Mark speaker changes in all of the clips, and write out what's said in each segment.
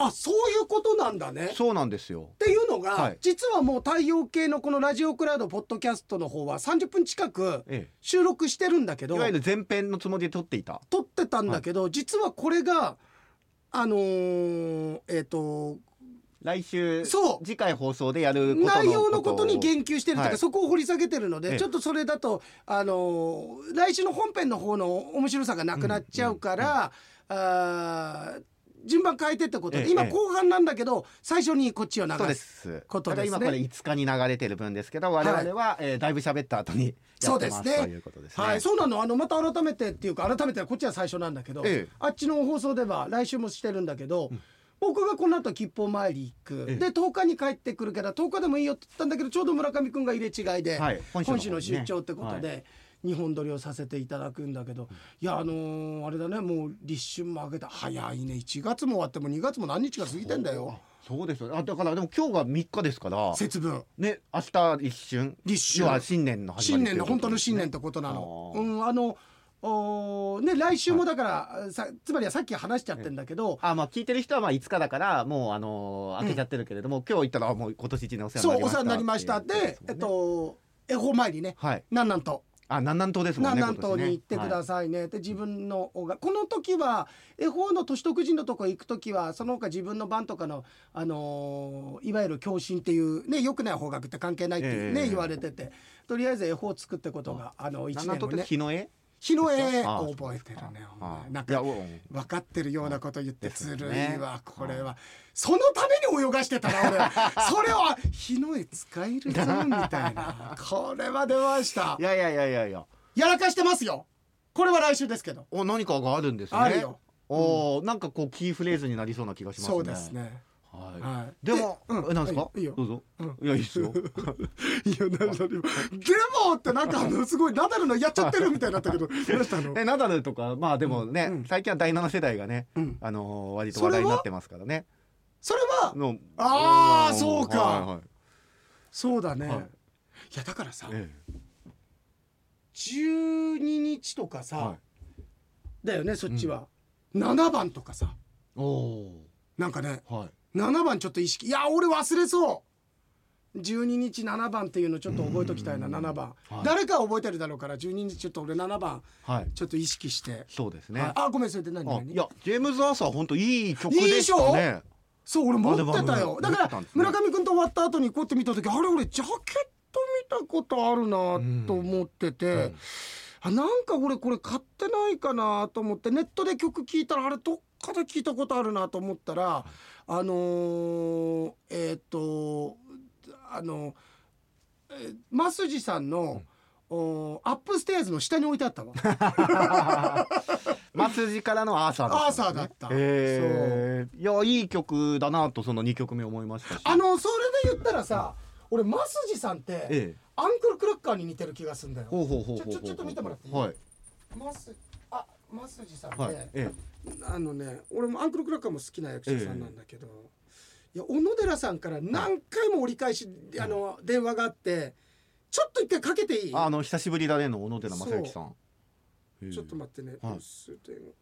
Speaker 1: あそういうことなんだね。
Speaker 2: そうなんですよ
Speaker 1: っていうのが、
Speaker 2: はい
Speaker 1: 実はもう太陽系のこのラジオクラウドポッドキャストの方は30分近く
Speaker 2: え
Speaker 1: 収録してるんだけ
Speaker 2: え
Speaker 1: ど
Speaker 2: いわゆる前編のつもりで撮っていた
Speaker 1: 撮ってたんだけど、実はこれがあのーえっ、と
Speaker 2: 来週
Speaker 1: そう
Speaker 2: 次回放送でやることの
Speaker 1: 内容のことに言及してるというか、
Speaker 2: はい
Speaker 1: そこを掘り下げてるので、
Speaker 2: ええ
Speaker 1: ちょっとそれだと、あのー来週の本編の方の面白さがなくなっちゃうから、あー順番変えてってことで、
Speaker 2: ええ
Speaker 1: 今
Speaker 2: ええ
Speaker 1: 後半なんだけど最初にこっちを流。
Speaker 2: そうですす
Speaker 1: ことですね
Speaker 2: ただ今これ5日に流れてる分ですけど我々は、えーだいぶ喋った後にやってます
Speaker 1: そうですね
Speaker 2: ということですね
Speaker 1: はい、そうなのあのまた改めてっていうか改めてこっちは最初なんだけど、
Speaker 2: ええ
Speaker 1: あっちの放送では来週もしてるんだけど、僕がこの後吉報参り行く、
Speaker 2: ええ
Speaker 1: で10日に帰ってくるから10日でもいいよって言ったんだけどちょうど村上君が入れ違いで、
Speaker 2: はい
Speaker 1: 本
Speaker 2: 本
Speaker 1: 州
Speaker 2: 州
Speaker 1: の,、
Speaker 2: の
Speaker 1: 出張ってことで。
Speaker 2: は
Speaker 1: 日本撮りをさせていただくんだけど、いやあのーあれだねもう立春も明けた早いね1月も終わっても2月も何日か過ぎてんだよ
Speaker 2: そうですよあだからでも今日が3日ですから
Speaker 1: 節分
Speaker 2: ね明日立春
Speaker 1: 立
Speaker 2: 要
Speaker 1: 春
Speaker 2: は新年の始ま
Speaker 1: 新
Speaker 2: り
Speaker 1: 年の
Speaker 2: という
Speaker 1: 本
Speaker 2: こ
Speaker 1: 当
Speaker 2: と
Speaker 1: の
Speaker 2: です
Speaker 1: 新
Speaker 2: ね
Speaker 1: 年ってことなの。
Speaker 2: あ
Speaker 1: う
Speaker 2: ー
Speaker 1: ん、あのおーね来週もだから、さつまりはさっき話しちゃってんだけど、
Speaker 2: あまあ聞いてる人はまあ5日だからもうあのー開けちゃってるけれども、今日行ったらあもう今年一年お世
Speaker 1: そうお世
Speaker 2: 話
Speaker 1: 話
Speaker 2: に
Speaker 1: にな
Speaker 2: な
Speaker 1: り
Speaker 2: り
Speaker 1: ま
Speaker 2: ま
Speaker 1: し
Speaker 2: したた
Speaker 1: で、え
Speaker 2: てい
Speaker 1: っ
Speaker 2: うことですもんね
Speaker 1: と恵方参りね、
Speaker 2: はい
Speaker 1: なんなんと。
Speaker 2: あ南南東ですもんね
Speaker 1: 南東
Speaker 2: 今年ね
Speaker 1: に行ってくださいね、で自分のおがこの時は恵方の年徳人のとこ行く時はその他自分の番とかの、あのーいわゆる共振っていうねよくない方角って関係ないっていうね、
Speaker 2: ええ
Speaker 1: 言われててとりあえず恵方作ってことがあの一
Speaker 2: 南
Speaker 1: 年
Speaker 2: 南
Speaker 1: の
Speaker 2: 東って
Speaker 1: ね
Speaker 2: 日の絵
Speaker 1: 日の絵
Speaker 2: あ
Speaker 1: を覚えてるねお
Speaker 2: あ
Speaker 1: 前
Speaker 2: ー
Speaker 1: なん
Speaker 2: いや
Speaker 1: か
Speaker 2: おうん
Speaker 1: 分かってるようなこと言って
Speaker 2: です
Speaker 1: ず
Speaker 2: よね
Speaker 1: るいわこれはそのために泳がしてたな俺 それは日の絵使えるぞみたい なこれは出ました
Speaker 2: いやいやいやいやいや
Speaker 1: やらかしてますよこれは来週ですけど
Speaker 2: お何かがあるんですね
Speaker 1: あるよ
Speaker 2: おーなんかこうキーフレーズになりそうな気がしますね
Speaker 1: そうですね
Speaker 2: はい、
Speaker 1: はい
Speaker 2: でも、
Speaker 1: でうん
Speaker 2: えなんですか、
Speaker 1: いいよ
Speaker 2: どうぞ、
Speaker 1: う
Speaker 2: いやいいですよ
Speaker 1: いや 何々でもってなんかあのすごいナダルのやっちゃってるみたいになった けど何だったの
Speaker 2: えナダルとかまあでもね、
Speaker 1: うん
Speaker 2: 最近は第7世代がね、
Speaker 1: うん
Speaker 2: あのー割と話題になってますからね
Speaker 1: それは
Speaker 2: の
Speaker 1: あー
Speaker 2: ん
Speaker 1: そうか
Speaker 2: はいはい
Speaker 1: そうだね
Speaker 2: はい
Speaker 1: いやだからさ
Speaker 2: え
Speaker 1: 12日とか
Speaker 2: え
Speaker 1: さ
Speaker 2: はい
Speaker 1: だよねそっちは7番とかさ
Speaker 2: おお
Speaker 1: なんかね
Speaker 2: ーはい
Speaker 1: 7番ちょっと意識いや俺忘れそう12日7番っていうのちょっと覚えときたいな7番、
Speaker 2: はい
Speaker 1: 誰かは覚えてるだろうから12日ちょっと俺7番
Speaker 2: はい
Speaker 1: ちょっと意識して、
Speaker 2: そうですね、
Speaker 1: はいあごめんそれで何
Speaker 2: あ
Speaker 1: 何
Speaker 2: いやジェームズ・アーサー本当いい曲でした
Speaker 1: いい
Speaker 2: ね
Speaker 1: そう俺持ってたよ
Speaker 2: あで
Speaker 1: だか
Speaker 2: も
Speaker 1: ら村上君と終わった後にこうやって見た時あれ俺ジャケット見たことあるなと思ってて、
Speaker 2: うん
Speaker 1: あなんか俺これ買ってないかなと思ってネットで曲聴いたらあれどっかで聞いたことあるなと思ったらあのーえっ、とあのえーマスジさんの、おアップステージの下に置いてあったわ
Speaker 2: 松筋からのアーサーだったんですね、
Speaker 1: アーサーだった
Speaker 2: へえいやいい曲だなとその2曲目思いましたし
Speaker 1: あのそれで言ったらさ俺マスジさんって、
Speaker 2: ええ
Speaker 1: アンクルクラッカーに似てる気がするんだよ
Speaker 2: ほうほうほうほうほう
Speaker 1: ちょちょちょっと見てもらっていい
Speaker 2: はい
Speaker 1: マスあマスジさんって、
Speaker 2: はい、え
Speaker 1: あのね俺もアンクルクラッカーも好きな役者さんなんだけど、いや小野寺さんから何回も折り返し、あの電話があってちょっと一回かけてい
Speaker 2: え
Speaker 1: い
Speaker 2: あの久しぶりだねの小野寺正幸さんへえ
Speaker 1: ちょっと待ってね、
Speaker 2: はい
Speaker 1: 留守電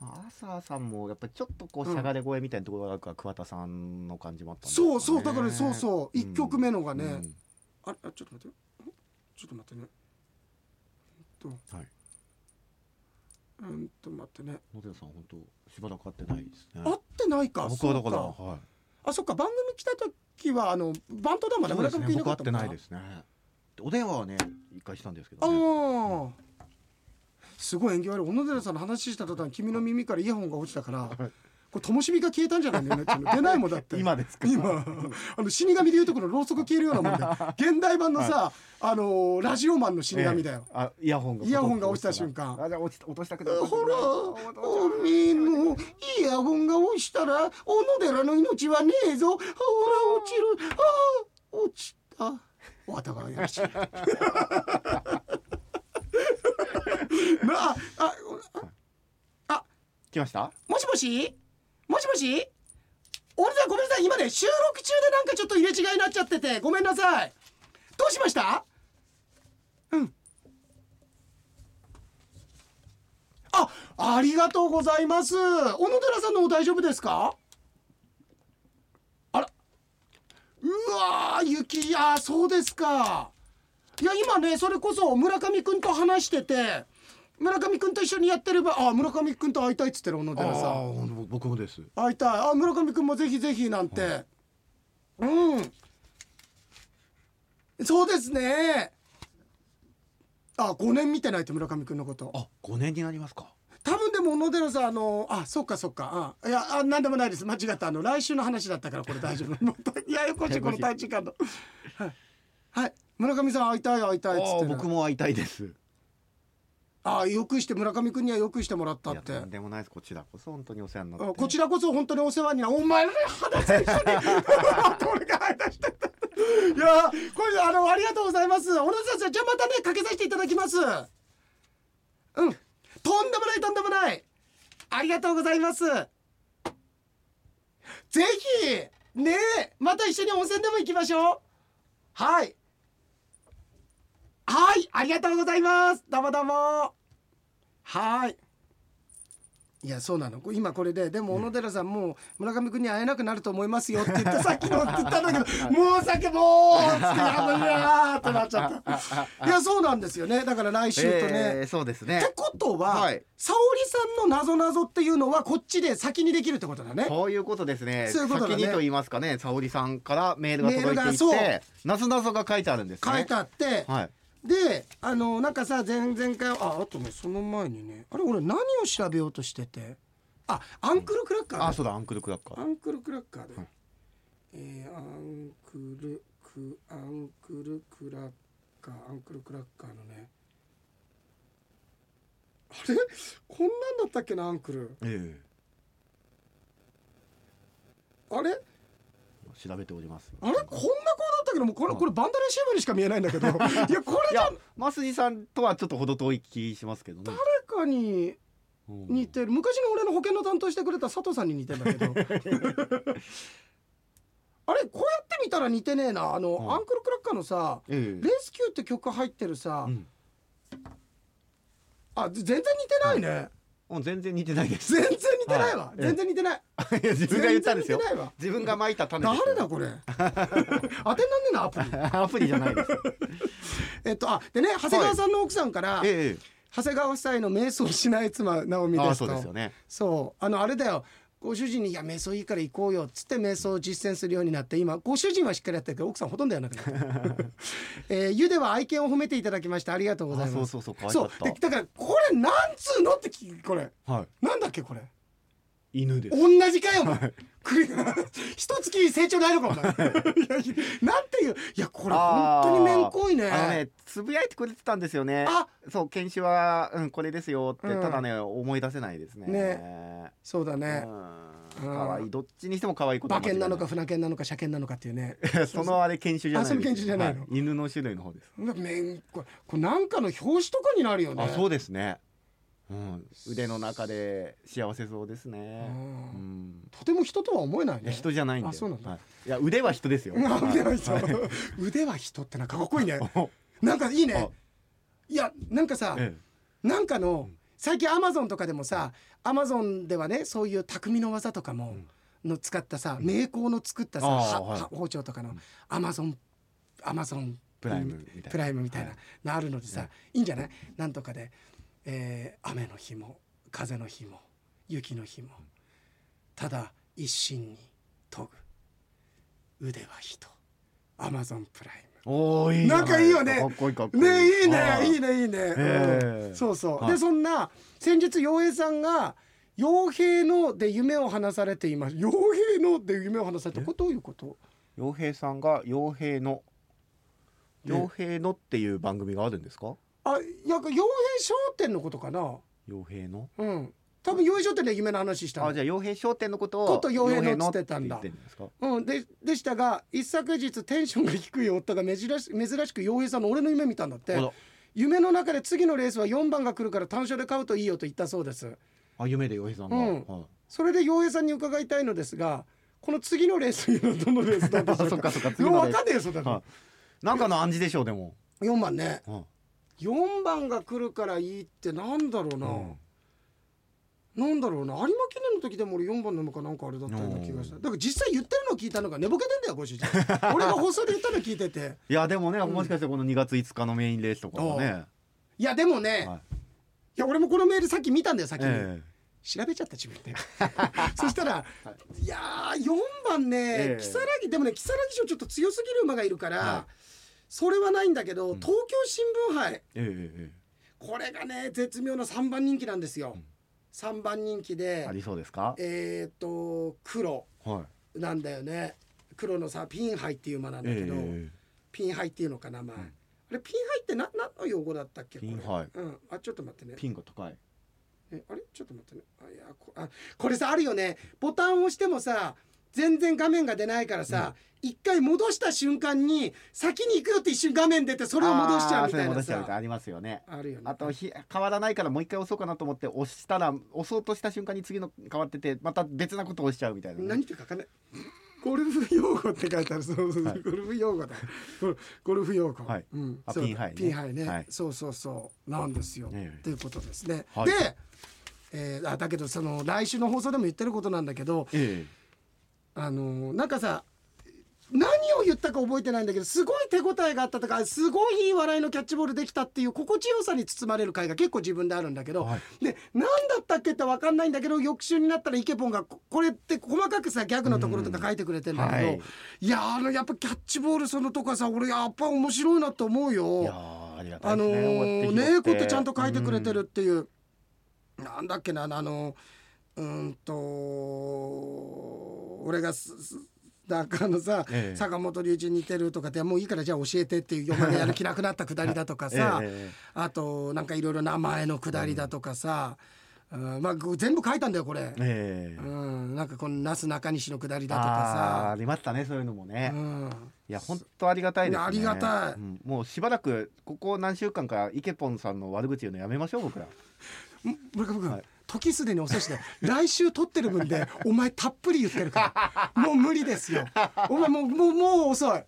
Speaker 2: アーサーさんもやっぱりちょっとこうしゃがれ声みたいなところがあるから桑田さんの感じもあったんですかね
Speaker 1: そうそうだからそうそう一曲目のがね
Speaker 2: うん
Speaker 1: ああちょっと待ってよんちょっと待ってねうんと
Speaker 2: はい
Speaker 1: うんと待ってね
Speaker 2: 小野寺さん本当しばらく会ってないですね
Speaker 1: 合ってないか
Speaker 2: 僕はだから
Speaker 1: そう
Speaker 2: はい
Speaker 1: あそっか番組来た時はあのバントだもんね
Speaker 2: そうです
Speaker 1: 村
Speaker 2: ね
Speaker 1: 上君
Speaker 2: 僕
Speaker 1: か
Speaker 2: 会
Speaker 1: っ
Speaker 2: ったて
Speaker 1: もん
Speaker 2: ないですねお電話はね一回したんですけど、ね、
Speaker 1: ああすごい縁起悪い小野寺さんの話した途端君の耳からイヤホンが落ちたからこれ灯火が消えたんじゃないのよね出ないもんだって
Speaker 2: 今ですか
Speaker 1: 今あの死神でいうとこのろうそく消えるようなもんで現代版のさ、あのーラジオマンの死神だよ、
Speaker 2: ええあイヤホンが
Speaker 1: イヤホンが落ちた瞬間
Speaker 2: あじゃあ落ち落としたけど
Speaker 1: ほらおめえのイヤホンが落ちたら小野寺の命はねえぞほら落ちるああ落ちたお後がよろしいなああ
Speaker 2: 来ました
Speaker 1: もしもしもしもし俺さんごめんなさい今ね収録中でなんかちょっと入れ違いになっちゃっててごめんなさいどうしましたうんあありがとうございます小野寺さんの方大丈夫ですかうわー雪あーそうですかいや今ねそれこそ村上くんと話してて村上くんと一緒にやってればあー村上くんと会いたいっつってる小野
Speaker 2: あ
Speaker 1: 寺さん
Speaker 2: ーほんと僕もです。
Speaker 1: 会いたいあ村上くんもぜひぜひなんて、うんそうですねあ5年見てないって村上くんのこと
Speaker 2: あ、五年になりますか。
Speaker 1: 多分でも小野寺さんあのあそっかそっかあいやあなんでもないです間違ったあの来週の話だったからこれ大丈夫もう 大ややこしいこの短時間のはい、はい、村上さん会いたい会いたいっつって
Speaker 2: あー
Speaker 1: ね、
Speaker 2: 僕も会いたいです。
Speaker 1: あよくして村上くんにはよくしてもらった
Speaker 2: い
Speaker 1: っ
Speaker 2: や
Speaker 1: て
Speaker 2: とんでもないです。こちらこそ本当にお世話になっ
Speaker 1: うん
Speaker 2: て。
Speaker 1: こちらこそ本当にお世話になお前の話 と一緒に俺が話してたいやーこれあのありがとうございます小野寺さんじゃあまたねかけさせていただきますうんとんでもないとんでもないありがとうございますぜひねえまた一緒に温泉でも行きましょうはいはいありがとうございますどうもどうもはいいやそうなのこ今これででも小野寺さんもう村上君に会えなくなると思いますよって言 ったさっきのって言ったんだけどもう酒もうっつってあのいやーってなっちゃったいやそうなんですよねだから来週とね、
Speaker 2: えーそうですね
Speaker 1: って。ことは、
Speaker 2: はい
Speaker 1: 沙織さんの謎謎っていうのはこっちで先にできるってことだね
Speaker 2: そういうことですね。
Speaker 1: そういうことだね
Speaker 2: 先にと言いますかね、沙織さんからメールが届い
Speaker 1: メールが
Speaker 2: てい
Speaker 1: そう
Speaker 2: て、なぞなぞが書いてあるんですね。
Speaker 1: 書いてあって、
Speaker 2: はい。
Speaker 1: であのなんかさ前々回ああとねその前にねあれ俺何を調べようとしててあアンクルクラッカー、
Speaker 2: あ、そうだ、アンクルクラッカ
Speaker 1: ア
Speaker 2: ー。
Speaker 1: ンクルクラッカーで、
Speaker 2: うん
Speaker 1: えーアンクルクアンクルクラッカーアンクルクラッカーのねあれこんなんだったっけなアンクル
Speaker 2: え
Speaker 1: あれ
Speaker 2: え調べております。
Speaker 1: あれこんな子だったけどもうこれこれバンダレシーブにしか見えないんだけ どいやこれ
Speaker 2: い
Speaker 1: じゃ
Speaker 2: や、マスジさんとはちょっと程遠い気しますけどね。
Speaker 1: 誰かに
Speaker 2: うん
Speaker 1: 似てる昔の俺の保険の担当してくれた佐藤さんに似てん だけどあれこうやって見たら似てねえなあの、
Speaker 2: うん
Speaker 1: アンクルクラッカーのさ「
Speaker 2: ええ
Speaker 1: レスキュー」って曲入ってるさ、
Speaker 2: うん
Speaker 1: あぜ全然似てないね、
Speaker 2: うん、全然似てないで す。
Speaker 1: 全然似てないわ、
Speaker 2: はい
Speaker 1: 全然似てない
Speaker 2: いや自分が言ったんですよ
Speaker 1: 全。然似てないわ
Speaker 2: 自分が撒いた種です。
Speaker 1: 誰だ これ当てになんねえなアプリ
Speaker 2: アプリじゃない です。
Speaker 1: えっとあでね長谷川さんの奥さんから、
Speaker 2: え
Speaker 1: 長谷川夫妻の瞑想しない妻直美で
Speaker 2: え。
Speaker 1: す
Speaker 2: あ
Speaker 1: と
Speaker 2: あ、そうですよね。
Speaker 1: そうあのあれだよご主人に「いや瞑想いいから行こうよ」っつって瞑想を実践するようになって今ご主人はしっかりやってるけど奥さんほとんどやらなくなった、 えー、ゆでは愛犬を褒めていただきましてありがとうござ
Speaker 2: あ、
Speaker 1: い
Speaker 2: そ
Speaker 1: ま
Speaker 2: う
Speaker 1: す
Speaker 2: そうそう、可愛
Speaker 1: そ
Speaker 2: か
Speaker 1: う
Speaker 2: っ
Speaker 1: でだからこれなんつうのって聞くこれ
Speaker 2: た。はい。
Speaker 1: なんだっけこ れ
Speaker 2: 犬です。
Speaker 1: 同じかよお前栗が一月成長ないのかお前 いやいやなんていういやこれ本
Speaker 2: あー
Speaker 1: 当にめんこい
Speaker 2: あの
Speaker 1: ね
Speaker 2: ね、つぶやいてくれてたんですよね。
Speaker 1: あ
Speaker 2: そう、犬種は、うん、これですよって、
Speaker 1: うん
Speaker 2: ただね、思い出せないですね。
Speaker 1: そうだ
Speaker 2: うん
Speaker 1: ね。
Speaker 2: 可愛い、どっちにしても可愛いこと
Speaker 1: 馬
Speaker 2: は間違
Speaker 1: 券
Speaker 2: い
Speaker 1: なのか船券なのか車券なのかっていうね
Speaker 2: い。 そのあれ、犬種じゃないです。
Speaker 1: あそれ犬種じゃないの
Speaker 2: は犬の種類の方です。
Speaker 1: めんこいこれなんかの表紙とかになるよね
Speaker 2: あ、そうですね。うん、腕の中で幸せそうですね。
Speaker 1: うん
Speaker 2: うん。
Speaker 1: とても人とは思えない
Speaker 2: いや
Speaker 1: ね。
Speaker 2: 人じゃないん
Speaker 1: あ
Speaker 2: で。
Speaker 1: そうなんだ
Speaker 2: はい。いや、腕は人ですよ。
Speaker 1: うん腕は
Speaker 2: はい
Speaker 1: 人。腕は人ってなんかかっこいいね。
Speaker 2: お
Speaker 1: なんかいいね
Speaker 2: あ。
Speaker 1: いやなんかさ、
Speaker 2: え
Speaker 1: なんかの最近アマゾンとかでもさ、アマゾンではねそういう匠の技とかもの使ったさ、名工の作ったさ、
Speaker 2: あー
Speaker 1: は
Speaker 2: はい
Speaker 1: は包丁とかのアマゾンアマゾン
Speaker 2: プライムみたいな
Speaker 1: プライムみたいな
Speaker 2: は
Speaker 1: のあるのでさ、い、いんじゃない？なんとかで、えー雨の日も風の日も雪の日もただ一心に研ぐ腕は人アマゾンプライ
Speaker 2: えおーいい
Speaker 1: なんかいいよね
Speaker 2: かっこいいかっこ
Speaker 1: ム
Speaker 2: いい。
Speaker 1: ねいい
Speaker 2: は
Speaker 1: ねいいねいいね、
Speaker 2: え
Speaker 1: うんそうそう、
Speaker 2: は
Speaker 1: で
Speaker 2: い
Speaker 1: そんな先日洋平さんが傭兵ので夢を話されています傭兵ので夢を話されてこれどういうこと
Speaker 2: 傭兵さんが傭兵の
Speaker 1: ね
Speaker 2: 傭兵のっていう番組があるんですか
Speaker 1: あいや傭兵商店のことかな
Speaker 2: 傭兵の
Speaker 1: うん多分傭兵商店で夢の話したの
Speaker 2: あじゃあ傭兵商店のことを
Speaker 1: こと傭兵のっつってたんだ
Speaker 2: 傭兵のって言ってんですか
Speaker 1: うん、ででしたが一昨日テンションが低い夫が珍し珍しく洋平さんの俺の夢見たんだって
Speaker 2: あら
Speaker 1: 夢の中で次のレースは4番が来るから単勝で買うといいよと言ったそうです
Speaker 2: あ夢で傭兵さんが、
Speaker 1: うん
Speaker 2: はい
Speaker 1: それで洋平さんに伺いたいのですがこの次のレースというのはどのレースだった
Speaker 2: あ
Speaker 1: でし
Speaker 2: そ
Speaker 1: ょ
Speaker 2: っ
Speaker 1: うか
Speaker 2: かそっか次
Speaker 1: よう
Speaker 2: の
Speaker 1: 分
Speaker 2: レ
Speaker 1: か
Speaker 2: ー
Speaker 1: んねえよそんな
Speaker 2: ス
Speaker 1: の
Speaker 2: はいなんかの暗示でしょうでも、
Speaker 1: 4番ね
Speaker 2: はい
Speaker 1: 4番が来るからいいってなんだろうな、
Speaker 2: うん
Speaker 1: なんだろうな有馬記念の時でも俺4番の馬かなんかあれだったような気がしただから実際言ってるの聞いたのが寝ぼけてんだよご主人俺が放送で言ったの聞いてて
Speaker 2: いやでもね、
Speaker 1: うん
Speaker 2: もしかしてこの2月5日のメインレースとかもね、
Speaker 1: いやでもね、
Speaker 2: はい
Speaker 1: い、や俺もこのメールさっき見たんだよ先に、
Speaker 2: え
Speaker 1: 調べちゃった自分で そしたら、い、やー4番ね、
Speaker 2: ええ
Speaker 1: 如月でもね如月賞ちょっと強すぎる馬がいるから、
Speaker 2: は
Speaker 1: それはないんだけど、
Speaker 2: ん
Speaker 1: 東京新聞杯
Speaker 2: ええええ
Speaker 1: これがね絶妙な3番人気なんですよ、
Speaker 2: ん
Speaker 1: 3番人気
Speaker 2: え
Speaker 1: で
Speaker 2: ありそうですか、
Speaker 1: えーっと黒
Speaker 2: はい
Speaker 1: なんだよね黒のさピンハイっていう馬なんだけ
Speaker 2: え
Speaker 1: ど、
Speaker 2: え
Speaker 1: ピンハイっていうのかなまあ、
Speaker 2: うん
Speaker 1: あれピンハイってな何の用語だったっけこれ
Speaker 2: ピンハイ
Speaker 1: うん、あちょっと待ってね
Speaker 2: ピンが高い
Speaker 1: えあれちょっと待ってねあいやこあこれさあるよねボタンを押してもさ全然画面が出ないからさ、一回戻した瞬間に先に行くよって一瞬画面出てそれを戻しちゃうみたい
Speaker 2: あーそれ戻
Speaker 1: な
Speaker 2: しちゃうみたいな
Speaker 1: さ
Speaker 2: ありますよね
Speaker 1: あるよね
Speaker 2: あとひ変わらないからもう一回押そうかなと思って押したら押そうとした瞬間に次の変わっててまた別なことを押しちゃうみたいなね、
Speaker 1: 何て書かないゴルフ用語って書いてあるそうそうそう、
Speaker 2: はい
Speaker 1: ゴルフ用語だゴルゴルフ用語、
Speaker 2: はい
Speaker 1: うん
Speaker 2: あ
Speaker 1: そう
Speaker 2: ピンハイね
Speaker 1: ピンハイね、
Speaker 2: はい
Speaker 1: そうそうそうなんですよ、
Speaker 2: ええ
Speaker 1: ということですね、
Speaker 2: はい
Speaker 1: で、えーあだけどその来週の放送でも言ってることなんだけど
Speaker 2: え
Speaker 1: あのーなんかさ何を言ったか覚えてないんだけどすごい手応えがあったとかすごいいい笑いのキャッチボールできたっていう心地よさに包まれる回が結構自分であるんだけど、
Speaker 2: は
Speaker 1: で何だったっけって分かんないんだけど翌週になったらイケポンがここれって細かくさギャグのところとか書いてくれてんだけど、
Speaker 2: うん
Speaker 1: い
Speaker 2: はい、
Speaker 1: やあのやっぱキャッチボールそのとかさ俺やっぱ面白いなと思うよ。
Speaker 2: いやーありがた
Speaker 1: あ
Speaker 2: いで
Speaker 1: の
Speaker 2: すね、
Speaker 1: ー、
Speaker 2: 終わ
Speaker 1: ね
Speaker 2: っ
Speaker 1: こ
Speaker 2: て拾
Speaker 1: うやってちゃんと書いてくれて
Speaker 2: う
Speaker 1: る
Speaker 2: ん
Speaker 1: っていう、なんだっけなあのうーんと俺がすすなんかあのさ、
Speaker 2: ええ
Speaker 1: 坂本龍一に似てるとかってもういいからじゃあ教えてっていう読までやる気なくなったくだりだとかさ、
Speaker 2: ええええ
Speaker 1: あとなんかいろいろ名前のくだりだとかさ、うんまあ、全部書いたんだよこれ、
Speaker 2: ええ
Speaker 1: うん、なんかこのなすなかにしのくだりだと
Speaker 2: あーあ
Speaker 1: か
Speaker 2: りましたねそういうのもね、
Speaker 1: さ、うん、
Speaker 2: いや本当ありがたいですね
Speaker 1: ありがたい
Speaker 2: うんもうしばらくここ何週間かイケポンさんの悪口言うのやめましょう僕ら
Speaker 1: ん村上君、
Speaker 2: はい
Speaker 1: 時すでに遅しで 来週撮ってる分でお前たっぷり言ってるからもう無理ですよお前もうもうもう遅い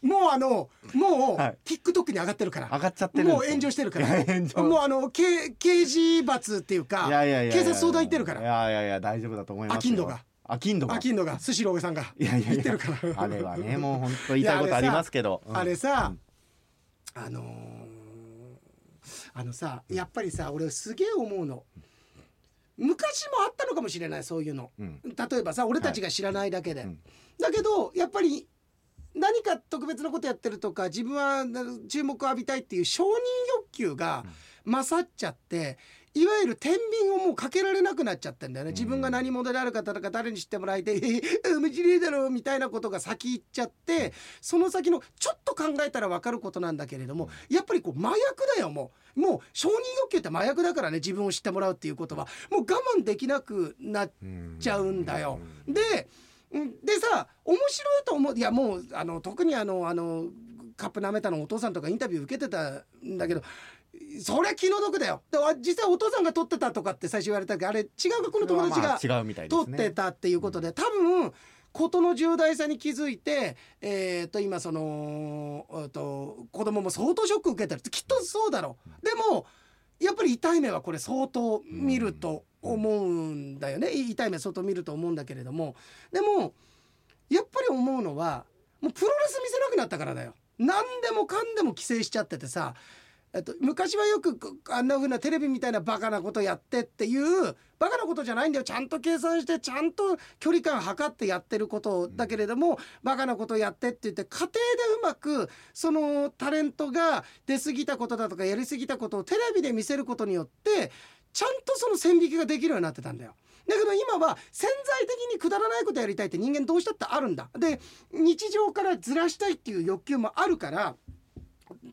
Speaker 1: もうあのもう、
Speaker 2: はい
Speaker 1: TikTok に上がってるから
Speaker 2: 上がっちゃってるんですよ
Speaker 1: もう炎上してるか
Speaker 2: いや
Speaker 1: ら
Speaker 2: 炎上
Speaker 1: もうあの刑刑事罰っていうか
Speaker 2: いやいやいやいや
Speaker 1: 警察相談行ってるから
Speaker 2: いやいやいや大丈夫だと思いますよ
Speaker 1: あきんどが
Speaker 2: あきんどが
Speaker 1: あきんのがスシローさんが
Speaker 2: いやいやい
Speaker 1: 言っ
Speaker 2: や
Speaker 1: てるから
Speaker 2: あれはねもう本当言いたいことありますけど
Speaker 1: あれ
Speaker 2: うん
Speaker 1: さ、あのーあのさやっぱりさ俺すげえ思うの昔もあったのかもしれないそういうの、
Speaker 2: うん
Speaker 1: 例えばさ俺たちが知らないだけで、
Speaker 2: うん
Speaker 1: だけどやっぱり何か特別なことやってるとか自分はな注目を浴びたいっていう承認欲求が勝っちゃって、いわゆる天秤をもうかけられなくなっちゃってんだよね自分が何者であるかとか誰に知ってもらえて「ええ面白いだろ」みたいなことが先行っちゃってその先のちょっと考えたら分かることなんだけれどもやっぱりこう麻薬だよもうもう承認欲求って麻薬だからね自分を知ってもらうっていうことはもう我慢できなくなっ
Speaker 2: うん
Speaker 1: ちゃうんだよ。でうんでさ面白いと思ういやもうあの特にあのあのカップなめたのお父さんとかインタビュー受けてたんだけどそれ気の毒だよでわ実際お父さんが撮ってたとかって最初言われたけどあれ違うかこの友達が
Speaker 2: それはまあ違うみたいで
Speaker 1: 撮っ
Speaker 2: すね
Speaker 1: てたっていうことで多分事の重大さに気づいて、えー、と今その、えー、と子供も相当ショック受けてるきっとそうだろうでもやっぱり痛い目はこれ相当見ると思うんだよね、い痛い目相当見ると思うんだけれどもでもやっぱり思うのはもうプロレス見せなくなったからだよ何でもかんでも規制しちゃっててさえっと、昔はよくこあんな風なテレビみたいなバカなことやってっていうバカなことじゃないんだよちゃんと計算してちゃんと距離感測ってやってることだけれども、バカなことやってって言って家庭でうまくそのタレントが出過ぎたことだとかやり過ぎたことをテレビで見せることによってちゃんとその線引きができるようになってたんだよ。だけど今は潜在的にくだらないことやりたいって人間どうしたってあるんだ。で日常からずらしたいっていう欲求もあるから。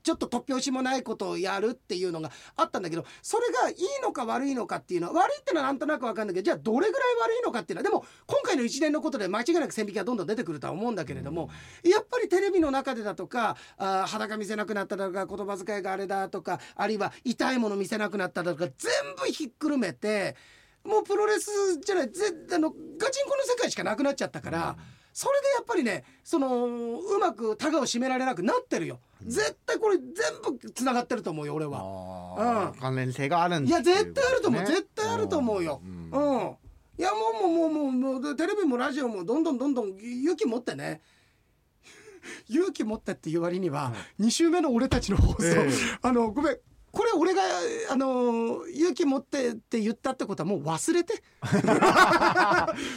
Speaker 1: ちょっと突拍子もないことをやるっていうのがあったんだけどそれがいいのか悪いのかっていうのは悪いってのはなんとなく分かるんだけどじゃあどれぐらい悪いのかっていうのはでも今回の一連のことで間違いなく線引きがどんどん出てくるとは思うんだけれども、やっぱりテレビの中でだとかあー裸見せなくなっただとか言葉遣いがあれだとかあるいは痛いもの見せなくなっただとか全部ひっくるめてもうプロレスじゃないぜあのガチンコの世界しかなくなっちゃったから。それでやっぱりねそのうまくタガを締められなくなってるよ、絶対これ全部つながってると思うよ俺は
Speaker 2: あー
Speaker 1: うん
Speaker 2: 関連性があるん
Speaker 1: いや絶対あると思う
Speaker 2: っていこ
Speaker 1: 絶対あると思うよ
Speaker 2: ん
Speaker 1: うんいやもうもうもうもうもうテレビもラジオもどんどんどんどん勇気持ってね 勇気持ってっていう割には
Speaker 2: は
Speaker 1: 2週目の俺たちの放送、
Speaker 2: ええ
Speaker 1: あのごめんこれ俺があの勇気持ってって言ったってことはもう忘れて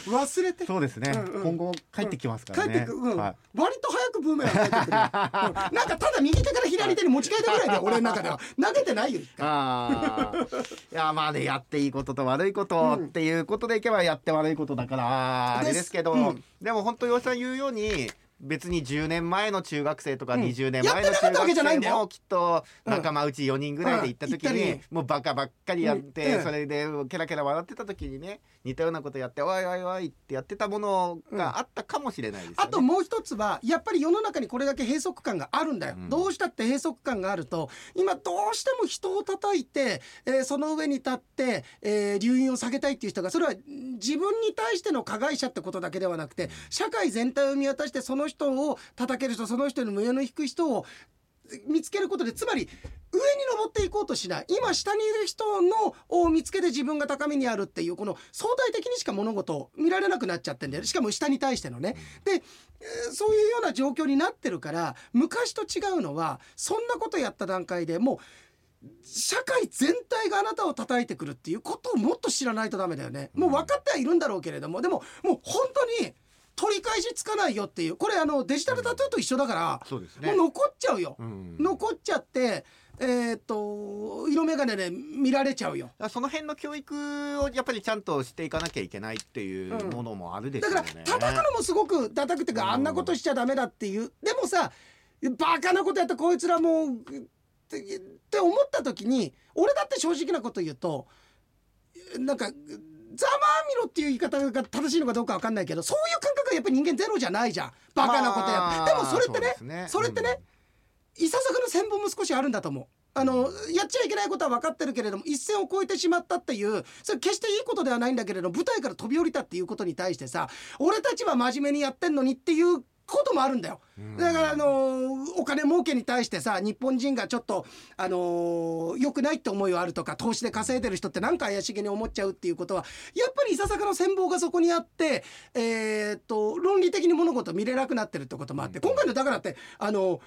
Speaker 1: 忘れて
Speaker 2: そうですね、
Speaker 1: うんうん
Speaker 2: 今後帰ってきますか
Speaker 1: 帰
Speaker 2: ら
Speaker 1: って
Speaker 2: ね。
Speaker 1: く、うん、
Speaker 2: は
Speaker 1: 割と早くブーメラン帰ってくる、うんなんかただ右手から左手に持ち替えたぐらいで俺の中で は投げてないよ一
Speaker 2: い、
Speaker 1: 回
Speaker 2: ああ、いやまあねやっていいことと悪いことっていうことでいけばやって悪いことだからあ
Speaker 1: です
Speaker 2: れですけど、
Speaker 1: うん
Speaker 2: でも本当吉さん言うように。別に10年前の中学生とか
Speaker 1: うん
Speaker 2: 20年前
Speaker 1: や
Speaker 2: の
Speaker 1: ってなかっ
Speaker 2: 中
Speaker 1: たわけ
Speaker 2: 学
Speaker 1: じゃないんだ
Speaker 2: 生
Speaker 1: よ
Speaker 2: もきっと仲間うち4人ぐらいで行った時
Speaker 1: うんうん行
Speaker 2: に
Speaker 1: った
Speaker 2: もうバカばっかりやっ
Speaker 1: う
Speaker 2: て
Speaker 1: ん
Speaker 2: それでケラケラ笑ってた時にね似たようなことやっておいおいおいってやってたものがあったかもしれないですよね。
Speaker 1: あともう一つはやっぱり世の中にこれだけ閉塞感があるんだよ、
Speaker 2: うん
Speaker 1: どうしたって閉塞感があると今どうしても人を叩いて、えーその上に立って、えー留飲を下げたいっていう人がそれはん自分に対しての加害者ってことだけではなくて社会全体を見渡してその人を叩ける人その人に胸の引く人を見つけることでつまり上に登っていこうとしない今下にいる人のを見つけて自分が高みにあるっていうこの相対的にしか物事を見られなくなっちゃってんだよねしかも下に対してのね。でえーそういうような状況になってるから昔と違うのはそんなことやった段階でもう社会全体があなたを叩いてくるっていうことをもっと知らないとダメだよね。もう分かってはいるんだろうけれどもでももう本当に取り返しつかないよっていうこれあのデジタルタトゥーと一緒だから、
Speaker 2: そうです
Speaker 1: もう残っちゃうよ。
Speaker 2: うん
Speaker 1: 残っちゃってえーっと色眼鏡で見られちゃうよ
Speaker 2: だからその辺の教育をやっぱりちゃんとしていかなきゃいけないっていうものもあるでしょ
Speaker 1: だ
Speaker 2: う
Speaker 1: から
Speaker 2: ね。
Speaker 1: 叩くのもすごく叩くっていう
Speaker 2: うん
Speaker 1: かあんなことしちゃダメだっていうでもさバカなことやったこいつらもうってって思った時に俺だって正直なこと言うとなんかざまあみろっていう言い方が正しいのかどうかわかんないけどそういう感覚がやっぱり人間ゼロじゃないじゃんバカなことやって、でもそれってね
Speaker 2: てね
Speaker 1: それってね、いささかの戦法も少しあるんだと思う。あのやっちゃいけないことは分かってるけれども一線を越えてしまったっていうそれ決していいことではないんだけれども舞台から飛び降りたっていうことに対してさ俺たちは真面目にやってんのにっていうこともあるんだよ
Speaker 2: うん
Speaker 1: だからあのーお金儲けに対してさ日本人がちょっとあのー良くないって思いはあるとか投資で稼いでる人ってなんか怪しげに思っちゃうっていうことはやっぱりいささかの戦法がそこにあってえーっと論理的に物事を見れなくなってるってこともあって今回のだからってあの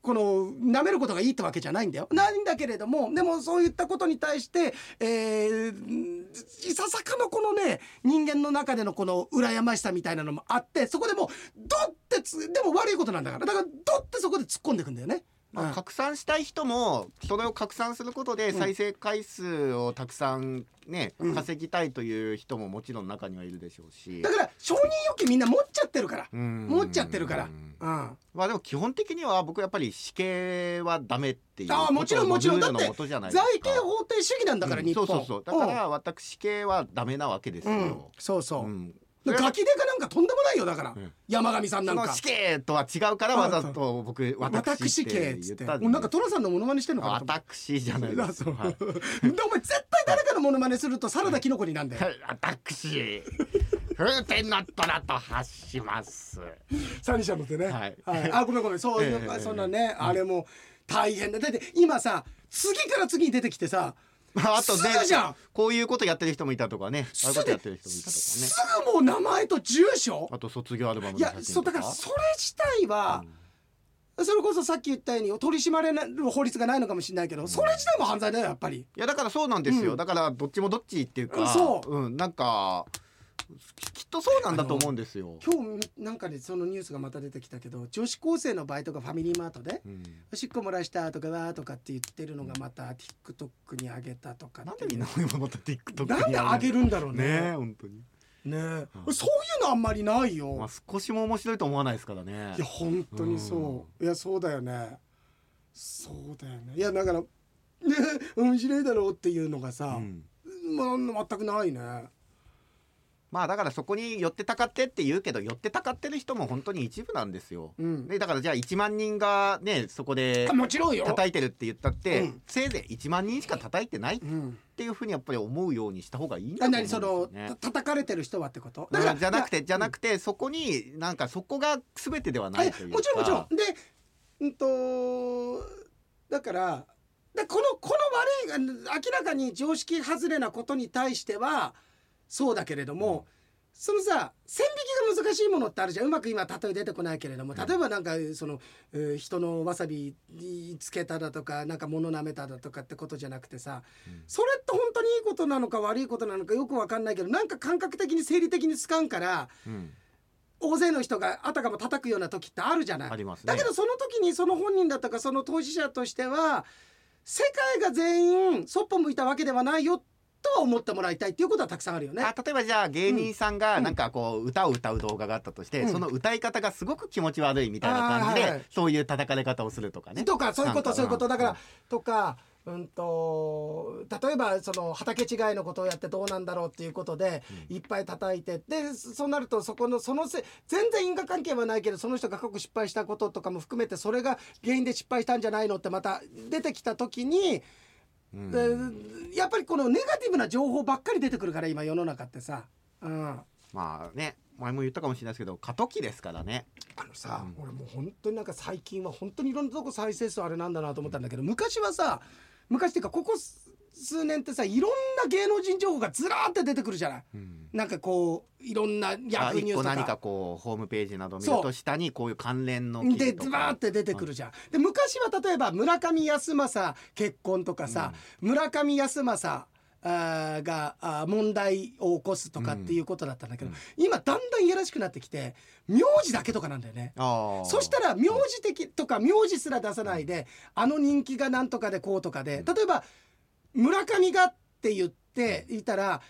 Speaker 1: この舐めることがいいってわけじゃないんだよ。ないんだけれどもでもそういったことに対して、えーいささかのこのね人間の中でのこの羨ましさみたいなのもあってそこでもうドッてつでも悪いことなんだからだからドッてそこで突っ込んでいくんだよね。
Speaker 2: ま
Speaker 1: う
Speaker 2: あ、
Speaker 1: ん
Speaker 2: 拡散したい人もそれを拡散することで
Speaker 1: うん
Speaker 2: 再生回数をたくさんね、
Speaker 1: うん
Speaker 2: 稼ぎたいという人ももちろん中にはいるでしょうし
Speaker 1: だ、から承認欲求みんな持っちゃってるから。持
Speaker 2: 持
Speaker 1: っちゃってるから。うん
Speaker 2: まあでも基本的には僕やっぱり死刑はダメっていう
Speaker 1: ああもちろんもちろん
Speaker 2: ルールの
Speaker 1: だって
Speaker 2: もとじゃないです
Speaker 1: 財
Speaker 2: か
Speaker 1: 形方程主義なんだから
Speaker 2: うん
Speaker 1: 日本。
Speaker 2: そうそうそうだから私系はダメなわけです
Speaker 1: う
Speaker 2: よ、
Speaker 1: ん、うんそうそう。
Speaker 2: うんそれは
Speaker 1: ガキデカなんかとんでもないよだから、
Speaker 2: うん
Speaker 1: 山上さん
Speaker 2: そ
Speaker 1: なん
Speaker 2: の
Speaker 1: か
Speaker 2: 死刑とは違うからわざと僕私
Speaker 1: 私
Speaker 2: って
Speaker 1: 系
Speaker 2: 言
Speaker 1: っつ
Speaker 2: っ
Speaker 1: って
Speaker 2: た
Speaker 1: もうなんか寅さんのモノマネしてんのかなと思って
Speaker 2: 私じゃないです
Speaker 1: そう
Speaker 2: はい
Speaker 1: でお前絶対誰かのモノマネするとサラダキノコになんだよ
Speaker 2: 私風天の虎と発し ます
Speaker 1: 三者の手ね
Speaker 2: はい
Speaker 1: あごめんごめんそういう、
Speaker 2: ええ
Speaker 1: そんなね、あれも大変だだって今さ次から次に出てきてさ
Speaker 2: まああとね
Speaker 1: すぐじゃん
Speaker 2: こういうことやってる人もいたとかねああいうことやってる人もいたとかね
Speaker 1: すぐもう名前と住所
Speaker 2: あと卒業アルバム
Speaker 1: い
Speaker 2: の
Speaker 1: や
Speaker 2: 写
Speaker 1: そ
Speaker 2: 真
Speaker 1: うだ
Speaker 2: と
Speaker 1: か
Speaker 2: から
Speaker 1: それ自体は、それこそさっき言ったように取り締まれる法律がないのかもしれないけど、それ自体も犯罪だよやっぱり。
Speaker 2: いやだからそうなんですよ、
Speaker 1: うん
Speaker 2: だからどっちもどっちっていうか、
Speaker 1: うんそ
Speaker 2: んなんかききっとそうなんだと思うんですよ。
Speaker 1: 今日なんかでそのニュースがまた出てきたけど女子高生のバイトがファミリーマートで
Speaker 2: うん
Speaker 1: おしっこ漏らしたとかわーとかって言ってるのがまた TikTok に上げたとか
Speaker 2: な
Speaker 1: っ
Speaker 2: ん
Speaker 1: て
Speaker 2: でみんな今また TikTok
Speaker 1: なんで上げ
Speaker 2: る
Speaker 1: るんだろう
Speaker 2: ねえ
Speaker 1: ね
Speaker 2: 本当に、
Speaker 1: ねえ
Speaker 2: うん
Speaker 1: そういうのあんまりないよ、
Speaker 2: まあ、少しも面白いと思わないですからね
Speaker 1: いや本当にそう、いやそうだよねそうだよねいやだからね面白いだろうっていうのが
Speaker 2: う
Speaker 1: さ、
Speaker 2: ん
Speaker 1: まあ、全くないね
Speaker 2: まあだからそこに寄ってたかってって言うけど寄ってたかってる人も本当に一部なんですよ、
Speaker 1: うん
Speaker 2: でだからじゃあ1万人がねそこで
Speaker 1: あもちろんよ
Speaker 2: 叩いてるって言ったって、
Speaker 1: うん
Speaker 2: せいぜい1万人しか叩いてないっ
Speaker 1: うん、
Speaker 2: ていうふうにやっぱり思うようにした方がいいんだと
Speaker 1: あ
Speaker 2: 思うん
Speaker 1: 何
Speaker 2: です
Speaker 1: そ
Speaker 2: よ、
Speaker 1: の
Speaker 2: ね、
Speaker 1: た叩かれてる人はってこと
Speaker 2: だからじゃなくてじゃ
Speaker 1: く
Speaker 2: なくて、そこになんかそこが全てではな
Speaker 1: はいい
Speaker 2: というか
Speaker 1: もちろんもちろんでうんとだからでこのこの悪いあの明らかに常識外れなことに対してはそうだけれども、そのさ線引きが難しいものってあるじゃんうまく今例え出てこないけれども
Speaker 2: うん
Speaker 1: 例えばなんかその、えー人のわさびにつけただとかなんか物舐めただとかってことじゃなくてさ
Speaker 2: うん
Speaker 1: それって本当にいいことなのか悪いことなのかよくわかんないけどなんか感覚的に生理的につかんから
Speaker 2: うん
Speaker 1: 大勢の人があたかも叩くような時ってあるじゃない
Speaker 2: あ。りますね
Speaker 1: だけどその時にその本人だとかその当事者としては世界が全員そっぽ向いたわけではないよとは思ってもらいたいっていうことはたくさんあるよね。
Speaker 2: あ例えばじゃあ芸人さん
Speaker 1: う
Speaker 2: が
Speaker 1: ん
Speaker 2: なんかこう歌を歌う動画があったとして、
Speaker 1: うん
Speaker 2: その歌い方がすごく気持ち悪いみたいな感じ
Speaker 1: あー
Speaker 2: で、
Speaker 1: はいはい
Speaker 2: そういう叩かれ方をするとかね。
Speaker 1: とかそういうこと
Speaker 2: なんか
Speaker 1: そういうことだか
Speaker 2: う
Speaker 1: ら
Speaker 2: ん
Speaker 1: とかうんと例えばその畑違いのことをやってどうなんだろうっていうことで
Speaker 2: うん
Speaker 1: いっぱい叩いてでそうなるとそこのそのせ全然因果関係はないけどその人が過去失敗したこととかも含めてそれが原因で失敗したんじゃないのってまた出てきた時に、
Speaker 2: うん
Speaker 1: えーやっぱりこのネガティブな情報ばっかり出てくるから今世の中ってさ。うん
Speaker 2: まあね前も言ったかもしれないですけど過渡期ですからね。
Speaker 1: あのさ、
Speaker 2: うん
Speaker 1: 俺もう本当になんか最近は本当にいろんなとこ再生数あれなんだなと思ったんだけど、昔はさ昔っていうかここ数数年ってさいろんな芸能人情報がずらーって出てくるじゃない
Speaker 2: うん
Speaker 1: なんかこういろんなヤ
Speaker 2: あ
Speaker 1: フーニ
Speaker 2: 一
Speaker 1: ュー
Speaker 2: 個
Speaker 1: スと
Speaker 2: 何
Speaker 1: か
Speaker 2: かこうホームページなど見る
Speaker 1: そ
Speaker 2: と
Speaker 1: う
Speaker 2: 下にこういう関連の記
Speaker 1: で
Speaker 2: 事と
Speaker 1: ズバーっ
Speaker 2: か
Speaker 1: て出てくるじゃん。で昔は例えば村上康政結婚とかさ、村上康政あーがあー問題を起こすとかっていうことだったんだけど、
Speaker 2: うん
Speaker 1: 今だんだんいやらしくなってきて名字だけとかなんだよね。
Speaker 2: あー
Speaker 1: そしたら名字的とか名字すら出さないであの人気がなんとかでこうとかで
Speaker 2: うん
Speaker 1: 例えば村上がって言っていたら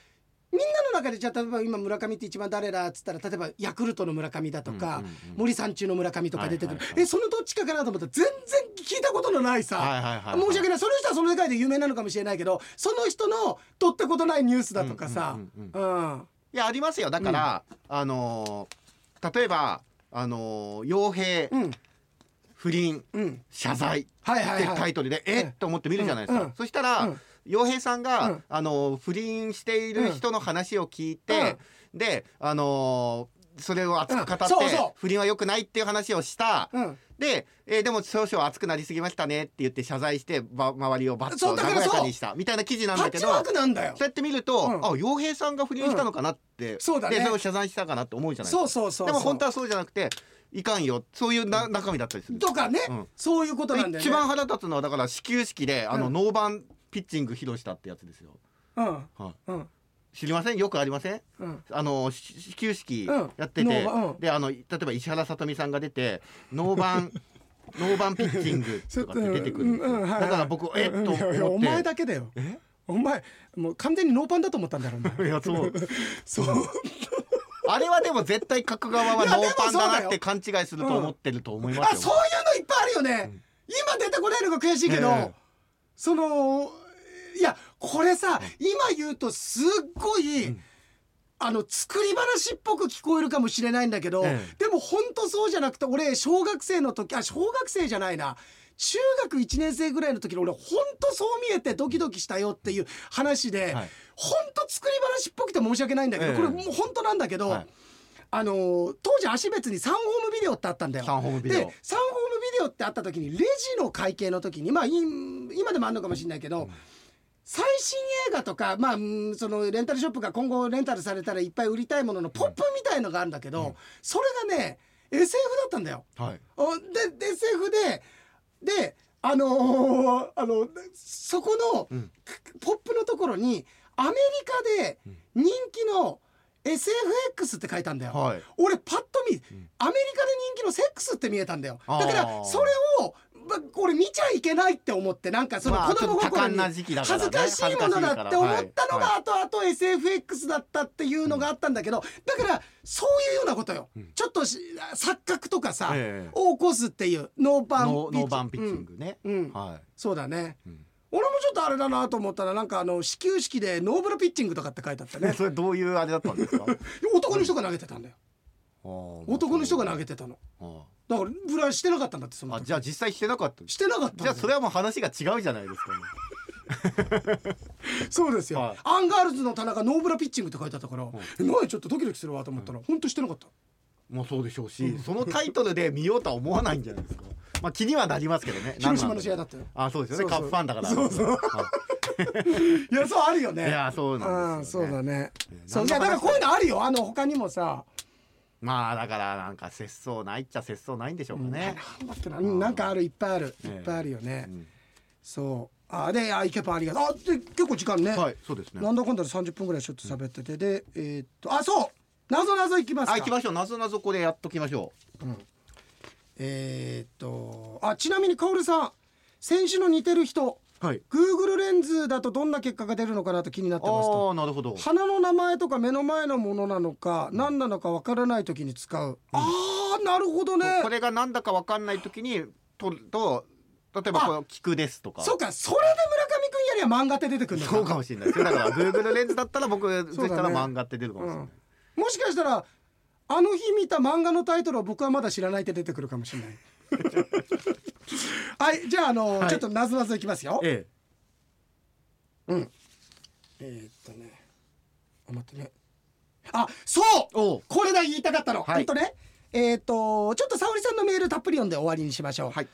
Speaker 1: みんなの中でじゃあ例えば今村上って一番誰だっつったら例えばヤクルトの村上だとか
Speaker 2: うんうんうん
Speaker 1: 森三中の村上とか出てくる
Speaker 2: はいはいはい
Speaker 1: えそのどっちかかなと思ったら全然聞いたことのないさ
Speaker 2: はいはいはいはい
Speaker 1: 申し訳ないその人はその世界で有名なのかもしれないけどその人のとったことないニュースだとかさ
Speaker 2: うんうんうんうん
Speaker 1: うん
Speaker 2: いやありますよだから、あのー例えばあのー傭兵
Speaker 1: うん
Speaker 2: 不倫
Speaker 1: うん
Speaker 2: 謝罪
Speaker 1: はい
Speaker 2: っ
Speaker 1: はい
Speaker 2: て
Speaker 1: は
Speaker 2: タ
Speaker 1: い
Speaker 2: イトルで、
Speaker 1: い
Speaker 2: えっと思って見るじゃないですか、
Speaker 1: うん
Speaker 2: そしたら、
Speaker 1: うん
Speaker 2: 洋平さんが、
Speaker 1: うん
Speaker 2: あの不倫している人の話を聞いて、であのそれを熱く語って、
Speaker 1: うんそうそう
Speaker 2: 不倫は良くないっていう話をした、
Speaker 1: うん
Speaker 2: で、えーでも少々熱くなりすぎましたねって言って謝罪してば周りをバッ
Speaker 1: そう
Speaker 2: と
Speaker 1: だから
Speaker 2: 和や
Speaker 1: そう
Speaker 2: かにしたみたいな記事なん
Speaker 1: パ
Speaker 2: だ
Speaker 1: ッ
Speaker 2: け
Speaker 1: チ
Speaker 2: ど
Speaker 1: ワー
Speaker 2: そ
Speaker 1: クなんだよ
Speaker 2: うやって見ると、
Speaker 1: うん
Speaker 2: あ洋平さんが不倫したのかなって、
Speaker 1: そうだね
Speaker 2: でそれを謝罪したかなって思うじゃないです
Speaker 1: そ
Speaker 2: か
Speaker 1: うそうそうそう
Speaker 2: でも本当はそうじゃなくていかんよそういうな中身だったりする。
Speaker 1: とかね、
Speaker 2: うん
Speaker 1: そういうことなんだよね
Speaker 2: 一番腹立つのはだから始球式であ
Speaker 1: う
Speaker 2: の
Speaker 1: ん
Speaker 2: ノーバンピッチング披露したってやつですよ、
Speaker 1: うん
Speaker 2: はい
Speaker 1: うん
Speaker 2: 知りませんよくありません
Speaker 1: うん
Speaker 2: あのし始球式
Speaker 1: うん
Speaker 2: やって
Speaker 1: ノ
Speaker 2: て、
Speaker 1: ーバンうん
Speaker 2: であの例えば石原さとみさんが出てノーバン ノーバンピッチングとかって出てくるんです
Speaker 1: うんう
Speaker 2: よ
Speaker 1: んはいはい
Speaker 2: だから僕えっと
Speaker 1: うん
Speaker 2: 思
Speaker 1: いやいやお前
Speaker 2: って
Speaker 1: だけだよ
Speaker 2: え
Speaker 1: お前もう完全にノーパンだと思ったんだろ う
Speaker 2: いやそう
Speaker 1: そう
Speaker 2: あれはでも絶対角側はノーパンだなっ
Speaker 1: いやでもそうだよ
Speaker 2: て勘違いすると思ってると思いま
Speaker 1: あ
Speaker 2: す
Speaker 1: そ
Speaker 2: よ
Speaker 1: ういうのいっぱいあるよね、
Speaker 2: ん
Speaker 1: 今出てこないのが悔しいけど、
Speaker 2: ええ
Speaker 1: そのいやこれさ今言うとすっごい、
Speaker 2: うん
Speaker 1: あの作り話っぽく聞こえるかもしれないんだけど、
Speaker 2: ええ
Speaker 1: でも本当そうじゃなくて俺小学生の時あ小学生じゃないな中学1年生ぐらいの時の俺本当そう見えてドキドキしたよっていう話で、
Speaker 2: はい
Speaker 1: 本当作り話っぽくて申し訳ないんだけど、
Speaker 2: ええ
Speaker 1: これもう本当なんだけど、
Speaker 2: はい
Speaker 1: あのー当時足別に3ホームビデオってあったんだよ。
Speaker 2: 3ホームビ
Speaker 1: で3
Speaker 2: デ
Speaker 1: ホーム
Speaker 2: オ
Speaker 1: ビデオってあった時にレジの会計の時にまあい今でもあるのかもしれないけど、最新映画とか、まあ、うんそのレンタルショップが今後レンタルされたらいっぱい売りたいもののポップみたいのがあるんだけど、それがね SF だったんだよ。
Speaker 2: はい
Speaker 1: おでで SF でであのーあのそこの
Speaker 2: うん
Speaker 1: ポップのところにアメリカで人気の SFX って書いたんだよ。
Speaker 2: はい
Speaker 1: 俺パッと見、
Speaker 2: ん
Speaker 1: アメリカで人気のセックスって見えたんだよだ
Speaker 2: あー
Speaker 1: からそれを、ま、俺見ちゃいけないって思ってなんかその
Speaker 2: まあ
Speaker 1: 子供
Speaker 2: ちょっと多
Speaker 1: 心
Speaker 2: 感
Speaker 1: に
Speaker 2: な時期だか
Speaker 1: 恥
Speaker 2: ら
Speaker 1: ず
Speaker 2: ね
Speaker 1: かしいものだって思ったのが
Speaker 2: は
Speaker 1: 後々 SFX だったっていうのがあったんだけどだからそういうようなことよ
Speaker 2: うん
Speaker 1: ちょっとし錯覚とかさ
Speaker 2: ええ
Speaker 1: を起こすっていうノーパン
Speaker 2: ノーノーバンピッチングね、
Speaker 1: うんうん
Speaker 2: は
Speaker 1: そうだね
Speaker 2: い、うん
Speaker 1: 俺もちょっとあれだなと思ったらなんかあの始球式でノーブラピッチングとかって書いてあった ね
Speaker 2: それどう いうあれだったんですか
Speaker 1: 男の人が投げてたんだよ男の人が投げてたの
Speaker 2: あ
Speaker 1: だからブラしてなかったんだってそ
Speaker 2: ー
Speaker 1: の
Speaker 2: あ
Speaker 1: 時
Speaker 2: じゃあ実際してなかった
Speaker 1: してなかった
Speaker 2: じゃあそ
Speaker 1: れ
Speaker 2: れはもう話が違うじゃないですか、ね、
Speaker 1: そうですよ、
Speaker 2: はい
Speaker 1: アンガールズの田中ノーブラピッチングって書いてあったから、えなんかちょっとドキドキするわと思ったら、本当してなかった
Speaker 2: もうそうでしょうしそのタイトルで見ようとは思わないんじゃないですかまあ気にはなりますけどね
Speaker 1: 広島の試合だ
Speaker 2: っ
Speaker 1: ったよ
Speaker 2: あそうですよね
Speaker 1: そうそう
Speaker 2: カップファンだから
Speaker 1: そうそう
Speaker 2: は
Speaker 1: い
Speaker 2: い
Speaker 1: やそうあるよね
Speaker 2: いやそうなん
Speaker 1: うん
Speaker 2: です
Speaker 1: そ
Speaker 2: よ、ね
Speaker 1: うだね
Speaker 2: ね
Speaker 1: そうい
Speaker 2: な
Speaker 1: や
Speaker 2: ん
Speaker 1: だから
Speaker 2: 話
Speaker 1: こういうのあるよあの他にもさ
Speaker 2: まあだからなんか節操ないっちゃ節操ないんでしょうかね、
Speaker 1: なんだっけなうんなんかあるいっぱいあるい
Speaker 2: え
Speaker 1: っ
Speaker 2: え
Speaker 1: ぱいあるよね
Speaker 2: うん
Speaker 1: そうあであイケパンありがとうあで結構時間ね
Speaker 2: はいそうですね
Speaker 1: なんだかんだで30分ぐらいちょっと喋っててでえーっとあそう謎謎いきますか
Speaker 2: あ行きましょうなぞなぞこれやっときましょ
Speaker 1: えーっとあちなみにカオルさん先週の似てる人
Speaker 2: うはい
Speaker 1: Google レンズだとどんな結果が出るのかなと気になってますと
Speaker 2: ああなるほど
Speaker 1: 花の名前とか目の前のものなのか何なのかわからない時に使う、ああなるほどね
Speaker 2: そうこれがなんだかわかんないときにとると例えばこの聞くですとか
Speaker 1: そうかそれで村上くんやりゃ漫画って出てくるのか
Speaker 2: そうかもしれないですよだから Google レンズだったら僕そしたら漫画って出るかもしれない、
Speaker 1: もしかしたらあの日見た漫画のタイトルは僕はまだ知らないって出てくるかもしれない はいじゃああの、
Speaker 2: はい
Speaker 1: ちょっとなぞなぞいきますよ
Speaker 2: え
Speaker 1: えーっとねあ待ってねあそう
Speaker 2: えおう
Speaker 1: これだ言いたかったの、
Speaker 2: はい
Speaker 1: ほんとねえーっとちょっと沙織さんのメールたっぷり読んで終わりにしましょう、
Speaker 2: はい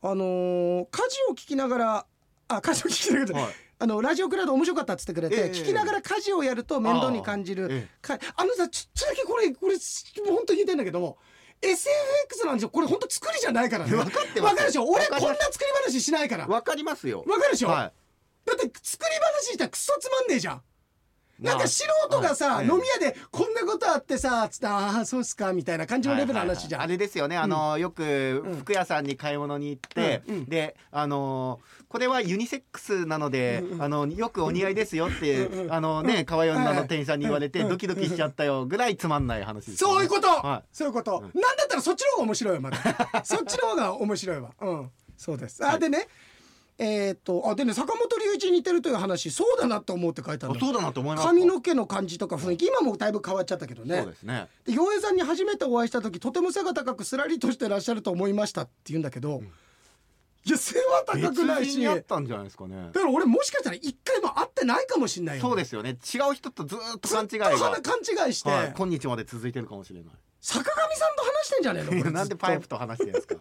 Speaker 1: あのー家事を聞きながらあ家事を聞きながら、
Speaker 2: はい
Speaker 1: あのラジオクラウド面白かったっつってくれて、
Speaker 2: ええ
Speaker 1: 聞きながら家事をやると面倒に感じる
Speaker 2: ああえ
Speaker 1: かあのさちょっとだけこれこれもう本当に言いたいんだけど SFX なんですよこれ本当作りじゃないからね
Speaker 2: 分
Speaker 1: 分
Speaker 2: か
Speaker 1: か
Speaker 2: ってます
Speaker 1: るでしょ俺
Speaker 2: わ
Speaker 1: こ
Speaker 2: か
Speaker 1: ん
Speaker 2: りま
Speaker 1: な作り話しないから分
Speaker 2: わかりますよ
Speaker 1: かるでしょ、
Speaker 2: はい
Speaker 1: だって作り話したらクソつまんねえじゃん
Speaker 2: ま
Speaker 1: な
Speaker 2: あ
Speaker 1: んか素人がさ、
Speaker 2: はい
Speaker 1: 飲み屋でこんなことあってさつってああそうっすかみたいな感じのレベルの話じゃん、
Speaker 2: はいはいはいあれですよねあの、よく服屋さんに買い物に行って、
Speaker 1: うんうん
Speaker 2: であのこれはユニセックスなので、あのよくお似合いですよって、あのね可愛い女の店員さんに言われて、ドキドキしちゃったよぐらいつまんない話ですよね、
Speaker 1: そういうこと、
Speaker 2: は
Speaker 1: そういうこと、なんだったらそっちの方が面白いよま だそっちの方が面白いわうんそうですあ、でねえーっとあでね坂本龍一に似てるという話そうだなと思うって書いてある
Speaker 2: あそうだなと思います
Speaker 1: 髪の毛の感じとか雰囲気今もだいぶ変わっちゃったけど
Speaker 2: そ
Speaker 1: ね
Speaker 2: うですね
Speaker 1: で洋平さんに初めてお会いした時とても背が高くすらりとしてらっしゃると思いましたって言うんだけど、いや背は高
Speaker 2: 別
Speaker 1: くない
Speaker 2: 人
Speaker 1: し
Speaker 2: にあっ
Speaker 1: だ
Speaker 2: たんじゃないですかね
Speaker 1: から俺もしかしたら一回も会ってないかもしれないよ
Speaker 2: そうですよね違う人とずーっと勘違いが、
Speaker 1: ずっと鼻勘違いして、
Speaker 2: はい、今日まで続いてるかもしれない
Speaker 1: 坂上さんと話してんじゃねえのこれ
Speaker 2: いや なんでパイプと話してるんで すか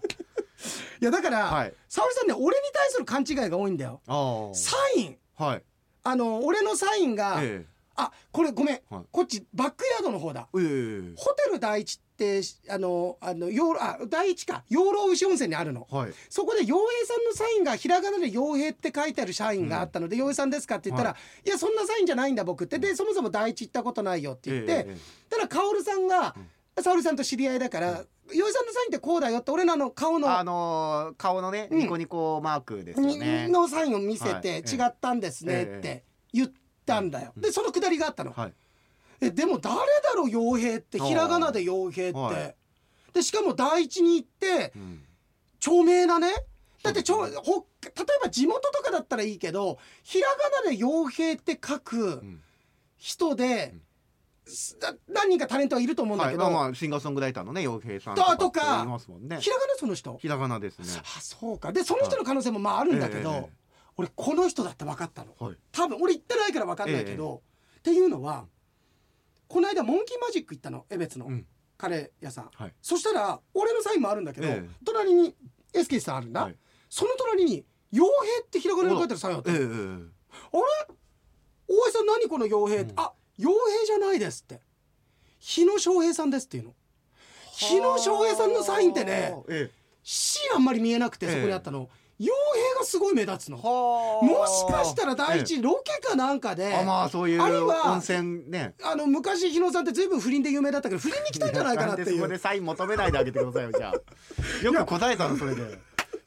Speaker 1: いやだから、
Speaker 2: はい
Speaker 1: 沙織さんね俺に対する勘違いが多いんだよ
Speaker 2: ああ
Speaker 1: サイン
Speaker 2: はい
Speaker 1: あの俺のサインが、
Speaker 2: え
Speaker 1: あこれごめん、
Speaker 2: はい
Speaker 1: こっちバックヤードの方だ
Speaker 2: ええ
Speaker 1: ホテル第一ってあのあの養老あ第一か養老牛温泉にあるの
Speaker 2: えはい
Speaker 1: そこで洋平さんのサインがひらがなで洋平って書いてある社員があったので、洋平さんですかって言ったら、、
Speaker 2: はい
Speaker 1: やそんなサインじゃないんだ僕ってでそもそも第一行ったことないよって言って、
Speaker 2: えええ
Speaker 1: ただ薫さんが、沙織さんと知り合いだから、洋平さんのサインってこうだよって俺のあの顔の
Speaker 2: あのー顔のね、
Speaker 1: うん
Speaker 2: ニコニコマークですよ
Speaker 1: に
Speaker 2: ね。
Speaker 1: のサインを見せ
Speaker 2: はい
Speaker 1: て
Speaker 2: ええ
Speaker 1: 違ったんですねっ
Speaker 2: え
Speaker 1: て言ったんだよ。
Speaker 2: うん
Speaker 1: でそのくだりがあったの。
Speaker 2: はい。
Speaker 1: えでも誰だろう傭兵って
Speaker 2: あー
Speaker 1: ひらがなで傭兵って。
Speaker 2: はい
Speaker 1: でしかも第一に行って
Speaker 2: うん
Speaker 1: 著名なねだってちょ
Speaker 2: そう
Speaker 1: ほ例えば地元とかだったらいいけどひらがなで傭兵って書く
Speaker 2: うん
Speaker 1: 人で、
Speaker 2: ん
Speaker 1: すな何人かタレントはいると思うんだ
Speaker 2: はい。
Speaker 1: け
Speaker 2: ま
Speaker 1: ど、
Speaker 2: あまあシンガーソングライターのね洋平さん
Speaker 1: とか
Speaker 2: いますもんね
Speaker 1: ひ。らがなその人
Speaker 2: ひらがなですね。
Speaker 1: あそうかでその人の可能性もまああるんだけど、
Speaker 2: ええ
Speaker 1: 俺この人だって分かったの。
Speaker 2: はい。
Speaker 1: 多分俺行ってないから分かんないけど、っていうのはこの間モンキーマジック行ったの江別の
Speaker 2: うん
Speaker 1: カレー屋さん、
Speaker 2: はい。
Speaker 1: そしたら俺のサインもあるんだけど、
Speaker 2: ええ
Speaker 1: 隣に SK さんあるんだ、
Speaker 2: はい
Speaker 1: その隣に「傭兵」ってひらがなで書いてるサインあって
Speaker 2: ええ
Speaker 1: 「
Speaker 2: ええ
Speaker 1: あれ大江さん何この傭兵」って
Speaker 2: うん
Speaker 1: あ傭兵じゃないです」って「日野翔平さんです」っていうの日野翔平さんのサインってね
Speaker 2: はあええ
Speaker 1: C あんまり見えなくて
Speaker 2: ええ
Speaker 1: そこにあったの、傭兵がすごい目立つのも
Speaker 2: はあ
Speaker 1: しかしたら第一、ロケかなんか
Speaker 2: え
Speaker 1: で
Speaker 2: えあまあそういう
Speaker 1: あるいは
Speaker 2: 温泉ね。
Speaker 1: あの昔日野さんって随分不倫で有名だったけど不倫に来たんじゃないかなって
Speaker 2: んで
Speaker 1: い
Speaker 2: そこ
Speaker 1: う
Speaker 2: でサイン求めないであげてくだ さいよじゃあ。よく答えたのそれで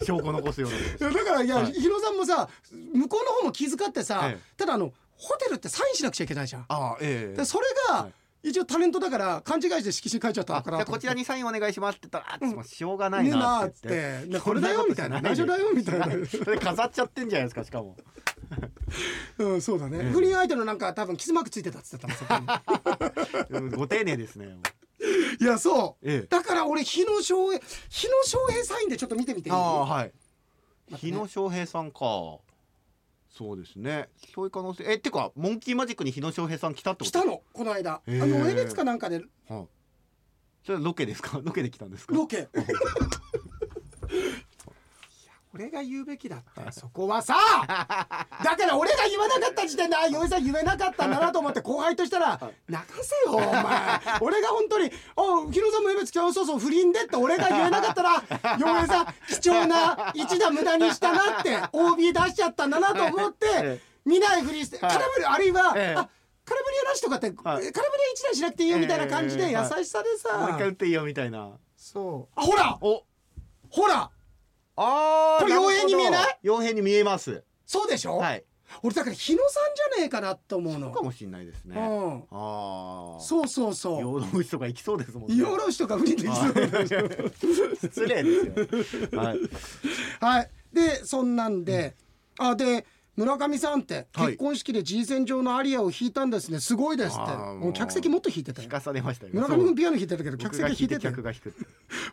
Speaker 2: 証拠残すようなこと
Speaker 1: いやだからいや、
Speaker 2: はい
Speaker 1: 日野さんもさ向こうの方も気遣ってさ、
Speaker 2: ええ
Speaker 1: ただあのホテルってサインしなくちゃいけないじゃん、
Speaker 2: ああええ
Speaker 1: でそれが、
Speaker 2: はい
Speaker 1: 一応タレントだから勘違いして色紙書いちゃった
Speaker 2: あ
Speaker 1: の
Speaker 2: じ
Speaker 1: かな
Speaker 2: ゃあ
Speaker 1: と思
Speaker 2: こ
Speaker 1: って
Speaker 2: ちらにサインお願いしますって言ったら、あ、もうしょうがない
Speaker 1: ねえな
Speaker 2: な
Speaker 1: あ
Speaker 2: っ
Speaker 1: って
Speaker 2: 言って。
Speaker 1: て ねこれだよみたいな内緒だよみたいな、
Speaker 2: それ飾っちゃってんじゃないですか、しかも。
Speaker 1: うん、 そうだね、不倫相手のなんか多分傷マークついてたっつってたもんそこに
Speaker 2: うんご丁寧ですね。
Speaker 1: いやそう、
Speaker 2: ええ
Speaker 1: だから俺日野翔平日野翔平サインでちょっと見てみていい
Speaker 2: はい。
Speaker 1: 待って
Speaker 2: 日
Speaker 1: ね
Speaker 2: 野翔平さんか。そうですね。そういう可能性。え、てか、モンキーマジックに日野翔平さん来たって
Speaker 1: 来
Speaker 2: こと。
Speaker 1: たのこの間、
Speaker 2: へえ
Speaker 1: あのエレツかなんかで
Speaker 2: はい。 それはロケですか。ロケで来たんですか。
Speaker 1: ロケいや俺が言うべきだってそこ はさだから俺が言わなかった時点であ岩井さん言えなかったんだなと思って後輩としたら「泣かせよお前 俺が本当に「あ日野さんも夢つきあそうそう不倫で」って俺が言えなか ったら「岩井さん貴重な一打無駄にしたな」って OB 出しちゃったんだなと思って見ないふりして空振りあるいは
Speaker 2: え
Speaker 1: 「
Speaker 2: え
Speaker 1: あ空振りはなし」とかって空
Speaker 2: は
Speaker 1: 振
Speaker 2: い
Speaker 1: りは一打しなくていいよみたいな感じ
Speaker 2: え
Speaker 1: で
Speaker 2: え
Speaker 1: 優
Speaker 2: ええ
Speaker 1: しさで
Speaker 2: もう一回打っ
Speaker 1: さ
Speaker 2: ていいよみたいな
Speaker 1: そうあほら
Speaker 2: お
Speaker 1: ほら
Speaker 2: あー
Speaker 1: これ
Speaker 2: なるほど
Speaker 1: 傭兵に見えない
Speaker 2: 傭兵に見えます
Speaker 1: そうでしょ
Speaker 2: はい
Speaker 1: 俺だから日野さんじゃねえかなって思うの
Speaker 2: かもしれないですね
Speaker 1: うん
Speaker 2: ああ
Speaker 1: そうそうそう
Speaker 2: 養老師とか行きそうですもんね
Speaker 1: イオロシとか不倫できそう
Speaker 2: 失礼ですよはい
Speaker 1: はいでそんなんで、あで村上さんって
Speaker 2: はい
Speaker 1: 結婚式で G 線上のアリアを弾いたんですねすごいですって
Speaker 2: あーも
Speaker 1: も
Speaker 2: う
Speaker 1: う客席もっと弾いてたよ
Speaker 2: 聞かされましたよ
Speaker 1: 村上君ピアノ弾いてたけど客席弾いてたよ
Speaker 2: 客が引く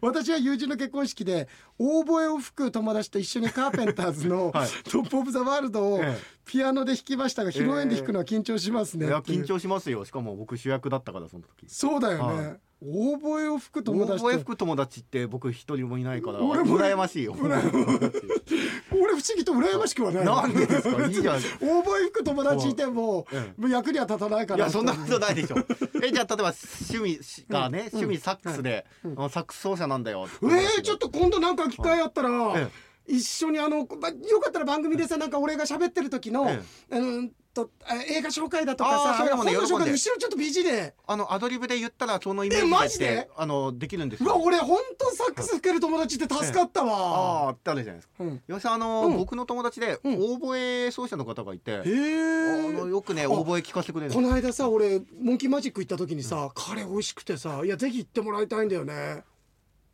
Speaker 1: 私は友人の結婚式でオーボエを吹く友達と一緒にカーペンターズの
Speaker 2: はい
Speaker 1: 「トップ・オブ・ザ・ワールド」を
Speaker 2: ええ
Speaker 1: ピアノで弾きましたが披露宴で弾くのは緊張します
Speaker 2: い
Speaker 1: ね
Speaker 2: や
Speaker 1: っていう
Speaker 2: 緊張しますよしかも僕主役だったからその時
Speaker 1: そうだよ
Speaker 2: は
Speaker 1: ねオーボエを吹く友達と
Speaker 2: 覚え吹く友達って僕一人もいないから
Speaker 1: 俺も
Speaker 2: 羨ましいよ
Speaker 1: 俺不思議と羨ましくはない
Speaker 2: なんでですかいいじゃん
Speaker 1: オーボエ吹く友達いても
Speaker 2: え
Speaker 1: もう役には立たないか
Speaker 2: い
Speaker 1: ら
Speaker 2: やそんなことないでしょ えじゃあ例えば趣味がね、趣味サックスで、あのサックス奏者なんだよ
Speaker 1: えー、ちょっと今度なんか機会あったら、
Speaker 2: え
Speaker 1: 一緒にあの、ま、よかったら番組でさなんか俺が喋ってる時の、
Speaker 2: え
Speaker 1: うーんとあ映画紹介だとか
Speaker 2: あー
Speaker 1: さ
Speaker 2: それもね
Speaker 1: 本の紹
Speaker 2: 喜んで
Speaker 1: 介後ろちょっとビジで
Speaker 2: あのアドリブで言ったらそのイメージ
Speaker 1: えマジ
Speaker 2: で
Speaker 1: で
Speaker 2: ってあのできるんです
Speaker 1: うわ
Speaker 2: よ
Speaker 1: 俺ほんとサックス吹ける友達って助かったわ、
Speaker 2: ああってあるじゃないですか
Speaker 1: うん、
Speaker 2: よしあの、
Speaker 1: うん
Speaker 2: 僕の友達で
Speaker 1: うん
Speaker 2: オーボエ奏者の方がいて、
Speaker 1: へ
Speaker 2: あの
Speaker 1: え
Speaker 2: よくね
Speaker 1: あ
Speaker 2: オーボエ聞かせてくれる
Speaker 1: この間さ俺モンキーマジック行った時にさ、カレー美味しくてさいやぜひ行ってもらいたいんだよね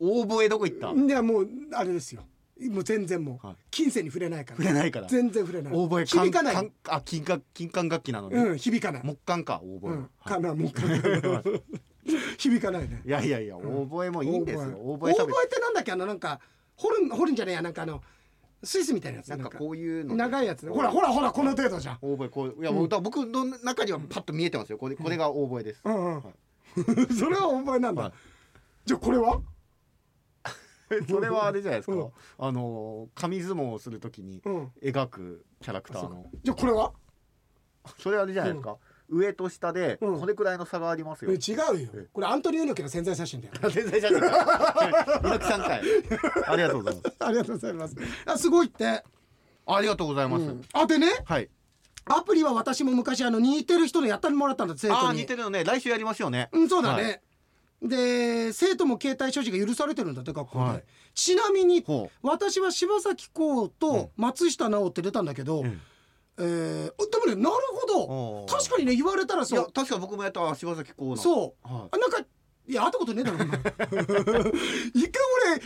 Speaker 2: オーボエどこ行った
Speaker 1: いやもうあれですよもう全然もう、
Speaker 2: はい
Speaker 1: 金銭に触れないから
Speaker 2: 触れないから
Speaker 1: 全然触れない
Speaker 2: オーボエ
Speaker 1: 響かない
Speaker 2: 管管あ金管金管楽器なのに、
Speaker 1: うん響かない
Speaker 2: 木管かオーボエ、
Speaker 1: うん、
Speaker 2: は
Speaker 1: かな もうかな響かないね
Speaker 2: い、いやいやいやオーボエもいいんですよオー
Speaker 1: オー
Speaker 2: ボ
Speaker 1: ボ
Speaker 2: エ
Speaker 1: エ
Speaker 2: しゃべ
Speaker 1: ってなんだっけあのなんか掘るん掘るんじゃねえやなんかあのスイスみたいなやつ
Speaker 2: なんかこ
Speaker 1: う
Speaker 2: ういうの
Speaker 1: 長いやつねほらほらほらこの程度じゃん
Speaker 2: オーボエこういや、もうだから僕の中にはパッと見えてますよこれこれがオーボエです、
Speaker 1: うんうん
Speaker 2: は
Speaker 1: それはオーボエなんだ、
Speaker 2: はい
Speaker 1: じゃあこれは
Speaker 2: それはあれじゃないですか、
Speaker 1: うん
Speaker 2: あの紙相撲をするときに
Speaker 1: うん
Speaker 2: 描くキャラクターの
Speaker 1: じゃあこれは
Speaker 2: それあれじゃないですか、上と下で
Speaker 1: うん
Speaker 2: これくらいの差があります
Speaker 1: え
Speaker 2: よ、
Speaker 1: 違うよこれアントニオ猪木の潜在写真だよ
Speaker 2: 全然じゃねえか猪木さんかいありがとうございます
Speaker 1: ありがとうございますあすごいって、
Speaker 2: ありがとうございます、
Speaker 1: あでね
Speaker 2: はい
Speaker 1: アプリは私も昔あの似てる人のやったりもらったんだ生徒に
Speaker 2: あー似てるのね来週やりましょうね
Speaker 1: うん、そうだね。
Speaker 2: はい
Speaker 1: で生徒も携帯所持が許されてるんだって学校で、
Speaker 2: はい
Speaker 1: ちなみに
Speaker 2: ほ
Speaker 1: 私は柴咲コウと松下奈緒って出たんだけど、
Speaker 2: ん
Speaker 1: えーでもねなるほ
Speaker 2: おー
Speaker 1: ど確かにね言われたら
Speaker 2: いや
Speaker 1: そう
Speaker 2: 確か僕もやったわ柴咲コウの、
Speaker 1: そう
Speaker 2: は
Speaker 1: あなんかいや会ったことねえだろお前 一回俺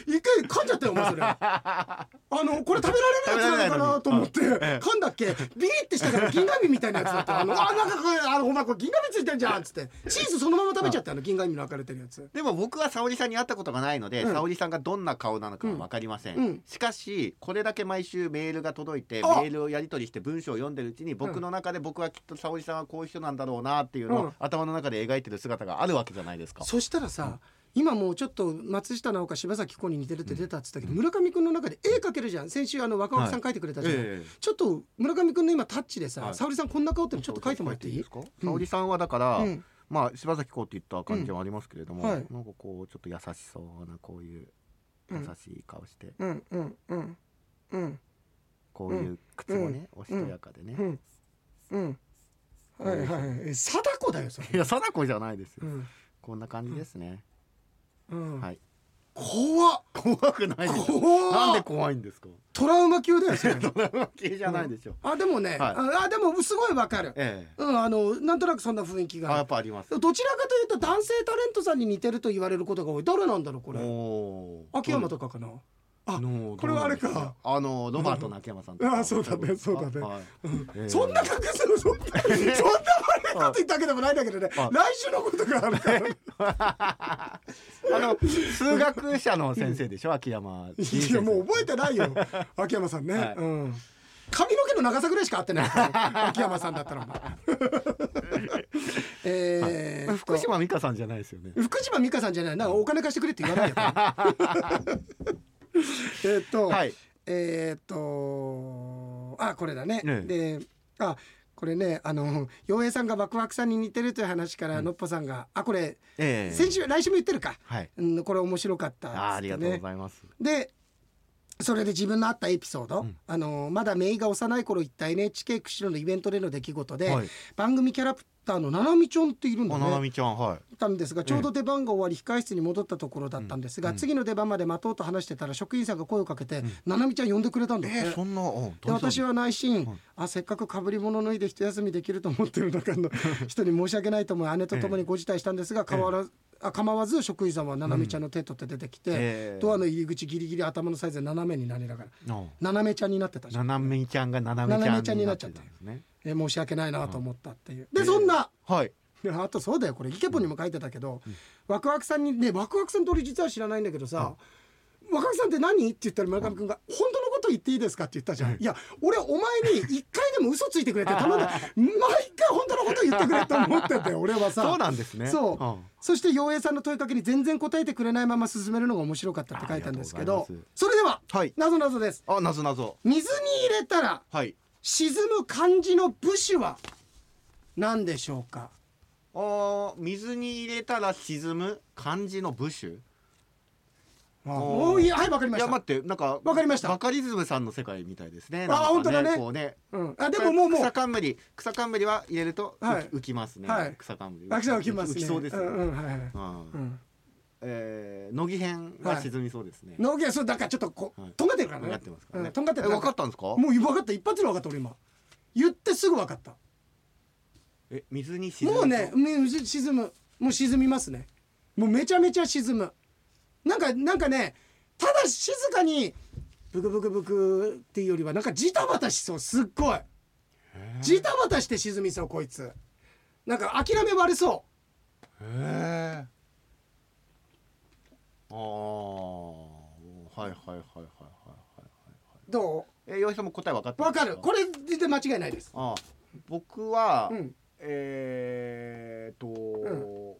Speaker 1: 一回噛んじゃったよお前それあのこれ食べられるやつなのかなと思って
Speaker 2: 食べられないのに
Speaker 1: 噛んだっけビリってしたから銀紙みたいなやつだったあのあなんかこれあのお前これ銀紙ついてんじゃんっつってチーズそのまま食べちゃったあの銀紙の開かれてるやつ
Speaker 2: い、でも僕は沙織さんに会ったことがないので、
Speaker 1: うん
Speaker 2: 沙織さんがどんな顔なのかは分かりません、
Speaker 1: うんうん
Speaker 2: しかしこれだけ毎週メールが届いてメ
Speaker 1: あ
Speaker 2: ールをやり取りして文章を読んでるうちに僕の中で僕はきっと沙織さんはこういう人なんだろうなっていうのを、
Speaker 1: うん
Speaker 2: 頭の中で描いてる姿があるわけじゃないですか
Speaker 1: そしたらさ今もうちょっと松下奈緒か柴咲コウに似てるって出たっつったけど、村上君の中で絵描けるじゃん先週あの若尾さん描いてくれたじゃん、
Speaker 2: ええ
Speaker 1: ちょっと村上君の今タッチでさ、
Speaker 2: はい
Speaker 1: 沙織さんこんな顔ってのちょっと描いてもらっていい
Speaker 2: ですか沙織さんはだから、
Speaker 1: うん
Speaker 2: まあ柴咲コウって言った感じはありますけれども、
Speaker 1: うんはい
Speaker 2: なんかこうちょっと優しそうなこういう優
Speaker 1: うん
Speaker 2: しい顔して、
Speaker 1: うんうんうんうん
Speaker 2: こういう靴もね、おしとやかでね、
Speaker 1: うんうんはいはいはい貞子だよそれ
Speaker 2: いや貞子じゃないです
Speaker 1: う
Speaker 2: よ、
Speaker 1: ん
Speaker 2: こんな感じですね、
Speaker 1: うん
Speaker 2: はい
Speaker 1: 怖っ
Speaker 2: 怖くないでしょ
Speaker 1: 怖っ
Speaker 2: なんで怖いんですか
Speaker 1: トラウマ級だよそれ
Speaker 2: ドラマ系じゃないでしょ、
Speaker 1: あでもね、
Speaker 2: はい
Speaker 1: ああでもすごいわかる
Speaker 2: ええ
Speaker 1: うんあのなんとなくそんな雰囲気があ
Speaker 2: あ
Speaker 1: る
Speaker 2: やっぱあります
Speaker 1: どちらかというと男性タレントさんに似てると言われることが多い誰なんだろうこ
Speaker 2: お
Speaker 1: れ
Speaker 2: おー
Speaker 1: 秋山とかかなあ
Speaker 2: の
Speaker 1: これはあれか
Speaker 2: どうなんですあのロバートの秋山さんとか
Speaker 1: あそうだねそうだね
Speaker 2: はいええ
Speaker 1: そんな隠すのそんなそんな悪いこと言ったわけでもないんだけどね
Speaker 2: あ
Speaker 1: 来週のことがあるから
Speaker 2: あの数学者の先生でしょ秋山
Speaker 1: いやもう覚えてない よ秋山さんね、
Speaker 2: はい
Speaker 1: うん髪の毛の長さぐらいしか合ってないから秋山さんだったらお 前えーっと
Speaker 2: 福島美香さんじゃないですよね
Speaker 1: 福島 美香さんじゃないなお金貸してくれって言わないよえーっと、
Speaker 2: はい
Speaker 1: えーっとあこれだね、
Speaker 2: え
Speaker 1: であこれねあの洋平さんがワクワクさんに似てるという話から、
Speaker 2: うん
Speaker 1: のっぽさんがあこれ
Speaker 2: ええ
Speaker 1: 先週来週も言ってるか、
Speaker 2: はい。
Speaker 1: うん、これ面白かったっつって、ね、
Speaker 2: あーありがとうございます。
Speaker 1: でそれで自分のあったエピソード、
Speaker 2: うん
Speaker 1: あのまだメイが幼い頃行った NHK 釧路のイベントでの出来事で、
Speaker 2: はい。
Speaker 1: 番組キャラクターのななみちょんっているんだ
Speaker 2: あなな
Speaker 1: ね
Speaker 2: みちゃんはい。
Speaker 1: いたんですがちょうど出番が終わり控室に戻ったところだったんですが、
Speaker 2: うん
Speaker 1: 次の出番まで待とうと話してたら職員さんが声をかけて、
Speaker 2: ん
Speaker 1: ななみちゃん呼んでくれたんだって、
Speaker 2: ええそんな。うん
Speaker 1: で私。は内心、
Speaker 2: はい
Speaker 1: あせっかくかぶり物脱いで一休みできると思ってる中 の人に申し訳ないと思い姉と共にご辞退したんですが、変わらずあ構わず職員さんはななみちゃんの手取って出てきて、
Speaker 2: ええ
Speaker 1: ドアの入り口ギリギリ頭のサイズで斜めになりながら
Speaker 2: うん
Speaker 1: 斜めちゃんになってたじゃ、
Speaker 2: なんなみちゃんがななみちゃん。
Speaker 1: ななみちゃんになっちゃった
Speaker 2: んですね。
Speaker 1: え申し訳ないなと思ったっていう、
Speaker 2: え
Speaker 1: で
Speaker 2: え
Speaker 1: そんな、
Speaker 2: はい。
Speaker 1: いやあとそうだよこれイケポにも書いてたけど、ワクワクさんにねワクワクさんと俺実は知らないんだけどさ、ワクワクさんって何って言ったら村上君が「本当のこと言っていいですか?」って言ったじゃん、いや俺お前に一回でも嘘ついて くれって頼んだ毎回本当のこと言ってくれって思って て俺はさ
Speaker 2: そうなんですね。
Speaker 1: そう、
Speaker 2: ん
Speaker 1: そして陽平さんの問いかけに全然答えてくれないまま進めるのが面白かったって書いたんですけ
Speaker 2: ありが
Speaker 1: ど
Speaker 2: とうございま
Speaker 1: それでは
Speaker 2: はい。
Speaker 1: なぞなぞです
Speaker 2: あ、なぞなぞ。
Speaker 1: 水に入れたら
Speaker 2: はい。
Speaker 1: 沈む漢字の部首は何でしょうか
Speaker 2: あー水に入れたら沈む漢字の部首。
Speaker 1: おーいやはいわかりま
Speaker 2: い
Speaker 1: した
Speaker 2: や待ってなんか
Speaker 1: わかりました
Speaker 2: バカリズムさんの世界みたいですね。
Speaker 1: あ
Speaker 2: なんか
Speaker 1: 本当だね
Speaker 2: こうね。
Speaker 1: うん、あでももうもう
Speaker 2: 草冠草冠は入れると
Speaker 1: はい
Speaker 2: 浮浮きますね。
Speaker 1: はい
Speaker 2: 草冠。
Speaker 1: 脇さん浮きますね
Speaker 2: 浮きそうですね。
Speaker 1: うんうんはいはい
Speaker 2: うん
Speaker 1: うん
Speaker 2: えー乃木編は沈みそうですね。
Speaker 1: 農業そうだからちょっとこう、
Speaker 2: はい
Speaker 1: とんがってるから
Speaker 2: 分
Speaker 1: ね
Speaker 2: かってますから
Speaker 1: う
Speaker 2: ね。
Speaker 1: んとんがってる
Speaker 2: え分かったたんですか？
Speaker 1: もう分かった一発で分かった俺今言ってすぐ分かった
Speaker 2: え水に沈む。
Speaker 1: もうね。うん沈むもう沈みますねもうめちゃめちゃ沈むなんかなんかねただ静かにブクブクブクっていうよりはなんかジタバタしそうすっごいジタバタして沈みそうこいつなんか諦め悪そ
Speaker 2: へえ。ああはいはいはいはいはいはい。
Speaker 1: うど
Speaker 2: え洋平さんも答え分かっ
Speaker 1: う
Speaker 2: た
Speaker 1: 分
Speaker 2: んです
Speaker 1: かるこれで間違いないです
Speaker 2: ああ僕は、
Speaker 1: うん
Speaker 2: えーっと、
Speaker 1: も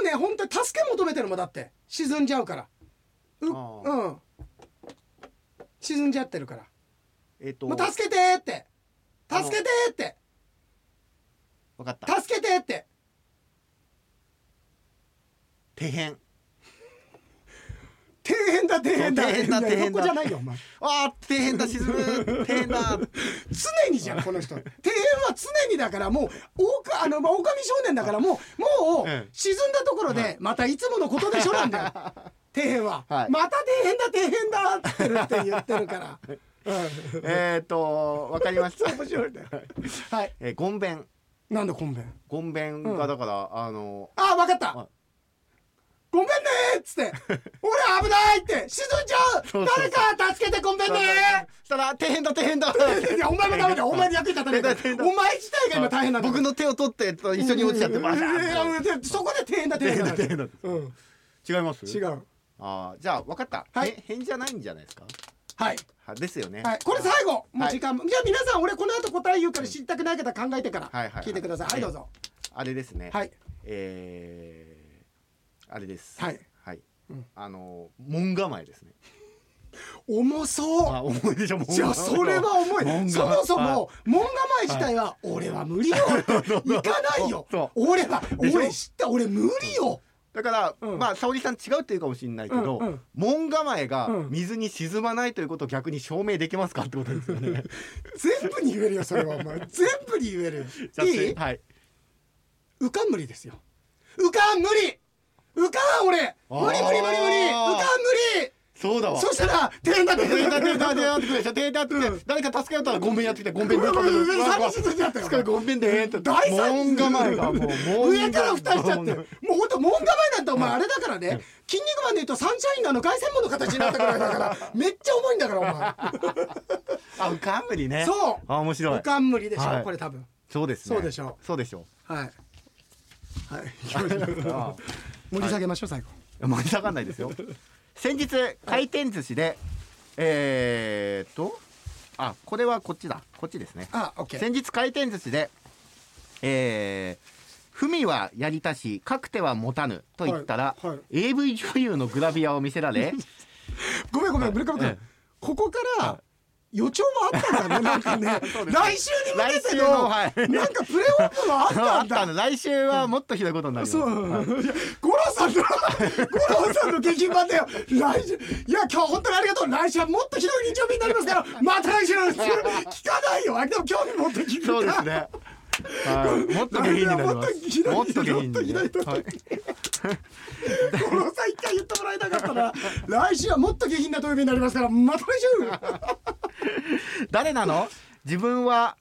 Speaker 1: うね本当に助け求めてるもんだって沈んじゃうからう
Speaker 2: あー
Speaker 1: うん沈んじゃってるから
Speaker 2: えーっと
Speaker 1: もう助けてーって
Speaker 2: あの
Speaker 1: 助けてーって
Speaker 2: 分かった
Speaker 1: 助けてーって
Speaker 2: 底辺
Speaker 1: 底辺だ底辺だ
Speaker 2: そう底辺だ
Speaker 1: いや
Speaker 2: 底辺だ
Speaker 1: 横じゃないよお前
Speaker 2: あー底辺だ沈 む底辺だ
Speaker 1: 常にじゃんこの人底辺は常にだからもうおかあのまあ狼少年だからもうもう
Speaker 2: ええ
Speaker 1: 沈んだところでまたいつものことでしょ なんだよ底辺は、
Speaker 2: はい
Speaker 1: また底辺だ底辺だって言ってる から、うん
Speaker 2: えーっと分かり ました面白いね
Speaker 1: はい
Speaker 2: えー、ゴンベン
Speaker 1: なんだコンベン
Speaker 2: ゴンベンがだから、あの
Speaker 1: あ分かった、
Speaker 2: はい
Speaker 1: ごめんねーっつ って「俺危ない!」って「沈んじゃう
Speaker 2: そうそうそう
Speaker 1: 誰か助けてごめんね
Speaker 2: したら底辺だ底辺だ
Speaker 1: ー!」いやお前もダメ だよお前で役に立たないから
Speaker 2: 大変だ
Speaker 1: お前自体が今大変なんだ
Speaker 2: 僕の手を取ってと一緒に落ちちゃってバシャ
Speaker 1: いやい
Speaker 2: ーン
Speaker 1: やいやそこで底辺だ底辺だ
Speaker 2: 底辺だ底
Speaker 1: う
Speaker 2: 辺
Speaker 1: ん
Speaker 2: 違います
Speaker 1: 違う
Speaker 2: あーじゃあ分かった、
Speaker 1: はい
Speaker 2: へ辺じゃないんじゃないですか
Speaker 1: はい
Speaker 2: はですよね
Speaker 1: はいこれ最後もう時間もじゃあ皆さん俺この後答え言うから知りたくない方考えてから
Speaker 2: はいはいはい
Speaker 1: 聞いてくださいはいどうぞ
Speaker 2: あれですね
Speaker 1: はい
Speaker 2: えー、あれです。
Speaker 1: はい。
Speaker 2: はい。
Speaker 1: うん
Speaker 2: あの門構えですね。
Speaker 1: 重そう
Speaker 2: あ、重いでしょ。門構え
Speaker 1: じゃあそれは重
Speaker 2: 門構
Speaker 1: い
Speaker 2: え
Speaker 1: そもそも門構え自体は俺は 無理よって行かないよ
Speaker 2: そ
Speaker 1: 俺は
Speaker 2: でしょ
Speaker 1: 俺知った俺無理よ
Speaker 2: だから、
Speaker 1: うん
Speaker 2: まあ沙織さん違うっていうかもしれないけど、
Speaker 1: うんうん
Speaker 2: 門構えが
Speaker 1: うん
Speaker 2: 水に沈まないということを逆に証明できますかってことですよ ね。
Speaker 1: 全部に言えるよそれはお 前全部に言える
Speaker 2: じゃあ
Speaker 1: いい
Speaker 2: はい。
Speaker 1: 浮かん無理ですよ浮かん無理浮かん俺
Speaker 2: あー
Speaker 1: 無理無理無理無理浮かん
Speaker 2: そうだ
Speaker 1: 無
Speaker 2: わ。
Speaker 1: 理そしたら天だ
Speaker 2: デ
Speaker 1: 天
Speaker 2: ー
Speaker 1: だ
Speaker 2: タデ
Speaker 1: 天
Speaker 2: ータ
Speaker 1: だ
Speaker 2: データってくるでしょ。データって誰か助けようとはごめんやってきてごめん
Speaker 1: う わうわうわうわ寂しい
Speaker 2: す
Speaker 1: 人になったよ
Speaker 2: からごめんでーって。
Speaker 1: 大
Speaker 2: 門
Speaker 1: 惨事
Speaker 2: 構えがもう
Speaker 1: 上から蓋しちゃってもうほんと門構えなんてお前あれだからね「筋肉マン」で言うとサンシャインのあの凱旋門の形になったぐらいだからめっちゃ重いんだから
Speaker 2: あ、浮かんぶり
Speaker 1: お
Speaker 2: ね。
Speaker 1: 前そう
Speaker 2: あ、面白い
Speaker 1: 浮。かん無理でし
Speaker 2: は
Speaker 1: ょ
Speaker 2: い
Speaker 1: これ多分
Speaker 2: そうですね。
Speaker 1: そうでしょ
Speaker 2: そうでしょ
Speaker 1: はいはい
Speaker 2: う。あ
Speaker 1: 盛り下げましょう最後
Speaker 2: あ盛り下がんないですよ。先日回転寿司で、えーっと、あ、これはこっちだ。こっちですね。
Speaker 1: あオッケー
Speaker 2: 先日回転寿司で、えー文はやりたし、かくては持たぬと言ったら、
Speaker 1: はいは
Speaker 2: AV 女優のグラビアを見せられ、
Speaker 1: ごめんごめん村上君
Speaker 2: え
Speaker 1: ここから予兆もあったんだねなんかね
Speaker 2: そうです
Speaker 1: 来週に向
Speaker 2: 来
Speaker 1: けて
Speaker 2: 週
Speaker 1: の
Speaker 2: のは
Speaker 1: なんか
Speaker 2: い
Speaker 1: プレーオフもあっ
Speaker 2: あ
Speaker 1: た
Speaker 2: っ
Speaker 1: ん
Speaker 2: た
Speaker 1: だ
Speaker 2: の来週はもっとひどいことになります
Speaker 1: そう、
Speaker 2: はい
Speaker 1: いや五郎さんの五郎さんの劇場版だよ来週いや今日本当にありがとう来週はもっとひどい日曜日になります からまた来週なんですよ聞かないよあれでも興味持って聞く
Speaker 2: そうですね。はい、もっと下品になりま
Speaker 1: もっとひど
Speaker 2: す。
Speaker 1: い
Speaker 2: もっと下品
Speaker 1: もっと
Speaker 2: に、
Speaker 1: ひ
Speaker 2: ね
Speaker 1: どいと。
Speaker 2: はい
Speaker 1: 五郎さん一回言ってもらえなかったら来週はもっと下品な土曜日になりますからまた来
Speaker 2: 誰なの？自分は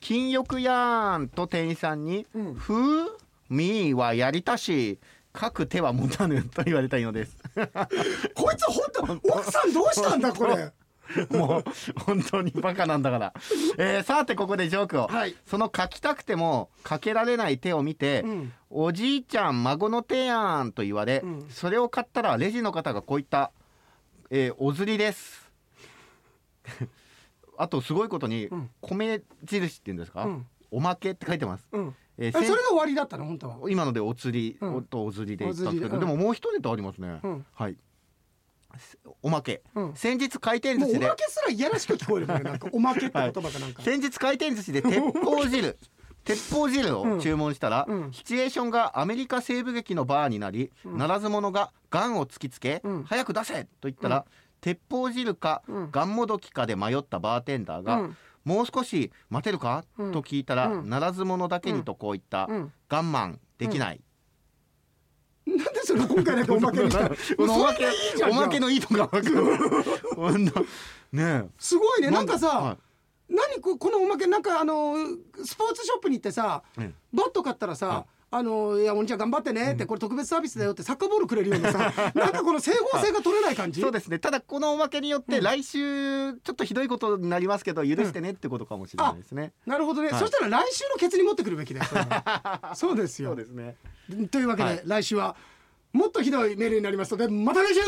Speaker 2: 金欲やーんと店員さんに、
Speaker 1: うん
Speaker 2: ふうみーはやりたし。書く手は持たぬと言われたいのです。
Speaker 1: 週こいつ本当奥さんどうしたんだこれ
Speaker 2: もう本当にバカなんだから。えー、さてここでジョークを。
Speaker 1: はい
Speaker 2: その書きたくても書けられない手を見て、
Speaker 1: うん
Speaker 2: おじいちゃん孫の手やんと言われ、
Speaker 1: うん
Speaker 2: それを買ったらレジの方がこう言った、えーお釣りです。 あとすごいことに、
Speaker 1: ん
Speaker 2: 米印っていうんですか、
Speaker 1: うん
Speaker 2: おまけって書いてます。
Speaker 1: うん
Speaker 2: えー
Speaker 1: えそれが終わりだったの本当は
Speaker 2: 今のでお釣り、
Speaker 1: うん
Speaker 2: おとお釣りで言ったんですけど、
Speaker 1: お釣りでうん
Speaker 2: でももう一ネタありますね、
Speaker 1: うん
Speaker 2: はいせおまけ、
Speaker 1: うん
Speaker 2: 先日回転寿
Speaker 1: もうお
Speaker 2: 司で
Speaker 1: まけすらいやらしく聞こえるからなん かおまけって言葉かなんか、
Speaker 2: 先日回転寿司で鉄砲 汁鉄砲汁を注文したら、
Speaker 1: うんうん
Speaker 2: シチュエーションがアメリカ西部劇のバーになり、ならず者がガンを突きつけ、
Speaker 1: うん
Speaker 2: 早く出せと言ったら、鉄砲汁か、
Speaker 1: うん
Speaker 2: ガンもどきかで迷ったバーテンダーが、
Speaker 1: うん
Speaker 2: もう少し待てるか、
Speaker 1: うん
Speaker 2: と聞いたら、
Speaker 1: うん
Speaker 2: ならず者だけにとこう言った、
Speaker 1: うん
Speaker 2: ガンマンできない、
Speaker 1: なんでそれ今回だけおまけにしたの
Speaker 2: このお
Speaker 1: もう
Speaker 2: ま
Speaker 1: それでいいじ
Speaker 2: け
Speaker 1: ゃん
Speaker 2: おまけのいいとこが分かる こんなね
Speaker 1: すごい
Speaker 2: え
Speaker 1: ねなんかさ、
Speaker 2: はい
Speaker 1: 何ここのおまけなんかあのスポーツショップに行ってさ、
Speaker 2: うん
Speaker 1: バット買ったらさ、
Speaker 2: はい
Speaker 1: あのいやお兄ちゃん頑張ってねって、これ特別サービスだよってサッカーボールくれるようなさ なんかこの整合性が取れない感じ
Speaker 2: そうですねただこのおまけによって来週ちょっとひどいことになりますけど許してねってことかもしれないですね、
Speaker 1: なるほどね、
Speaker 2: はい
Speaker 1: そしたら来週のケツに持ってくるべ きだよそれはそうですよ
Speaker 2: そうですね
Speaker 1: というわけで、
Speaker 2: はい
Speaker 1: 来週はもっとひどいメールになりますのでまた来週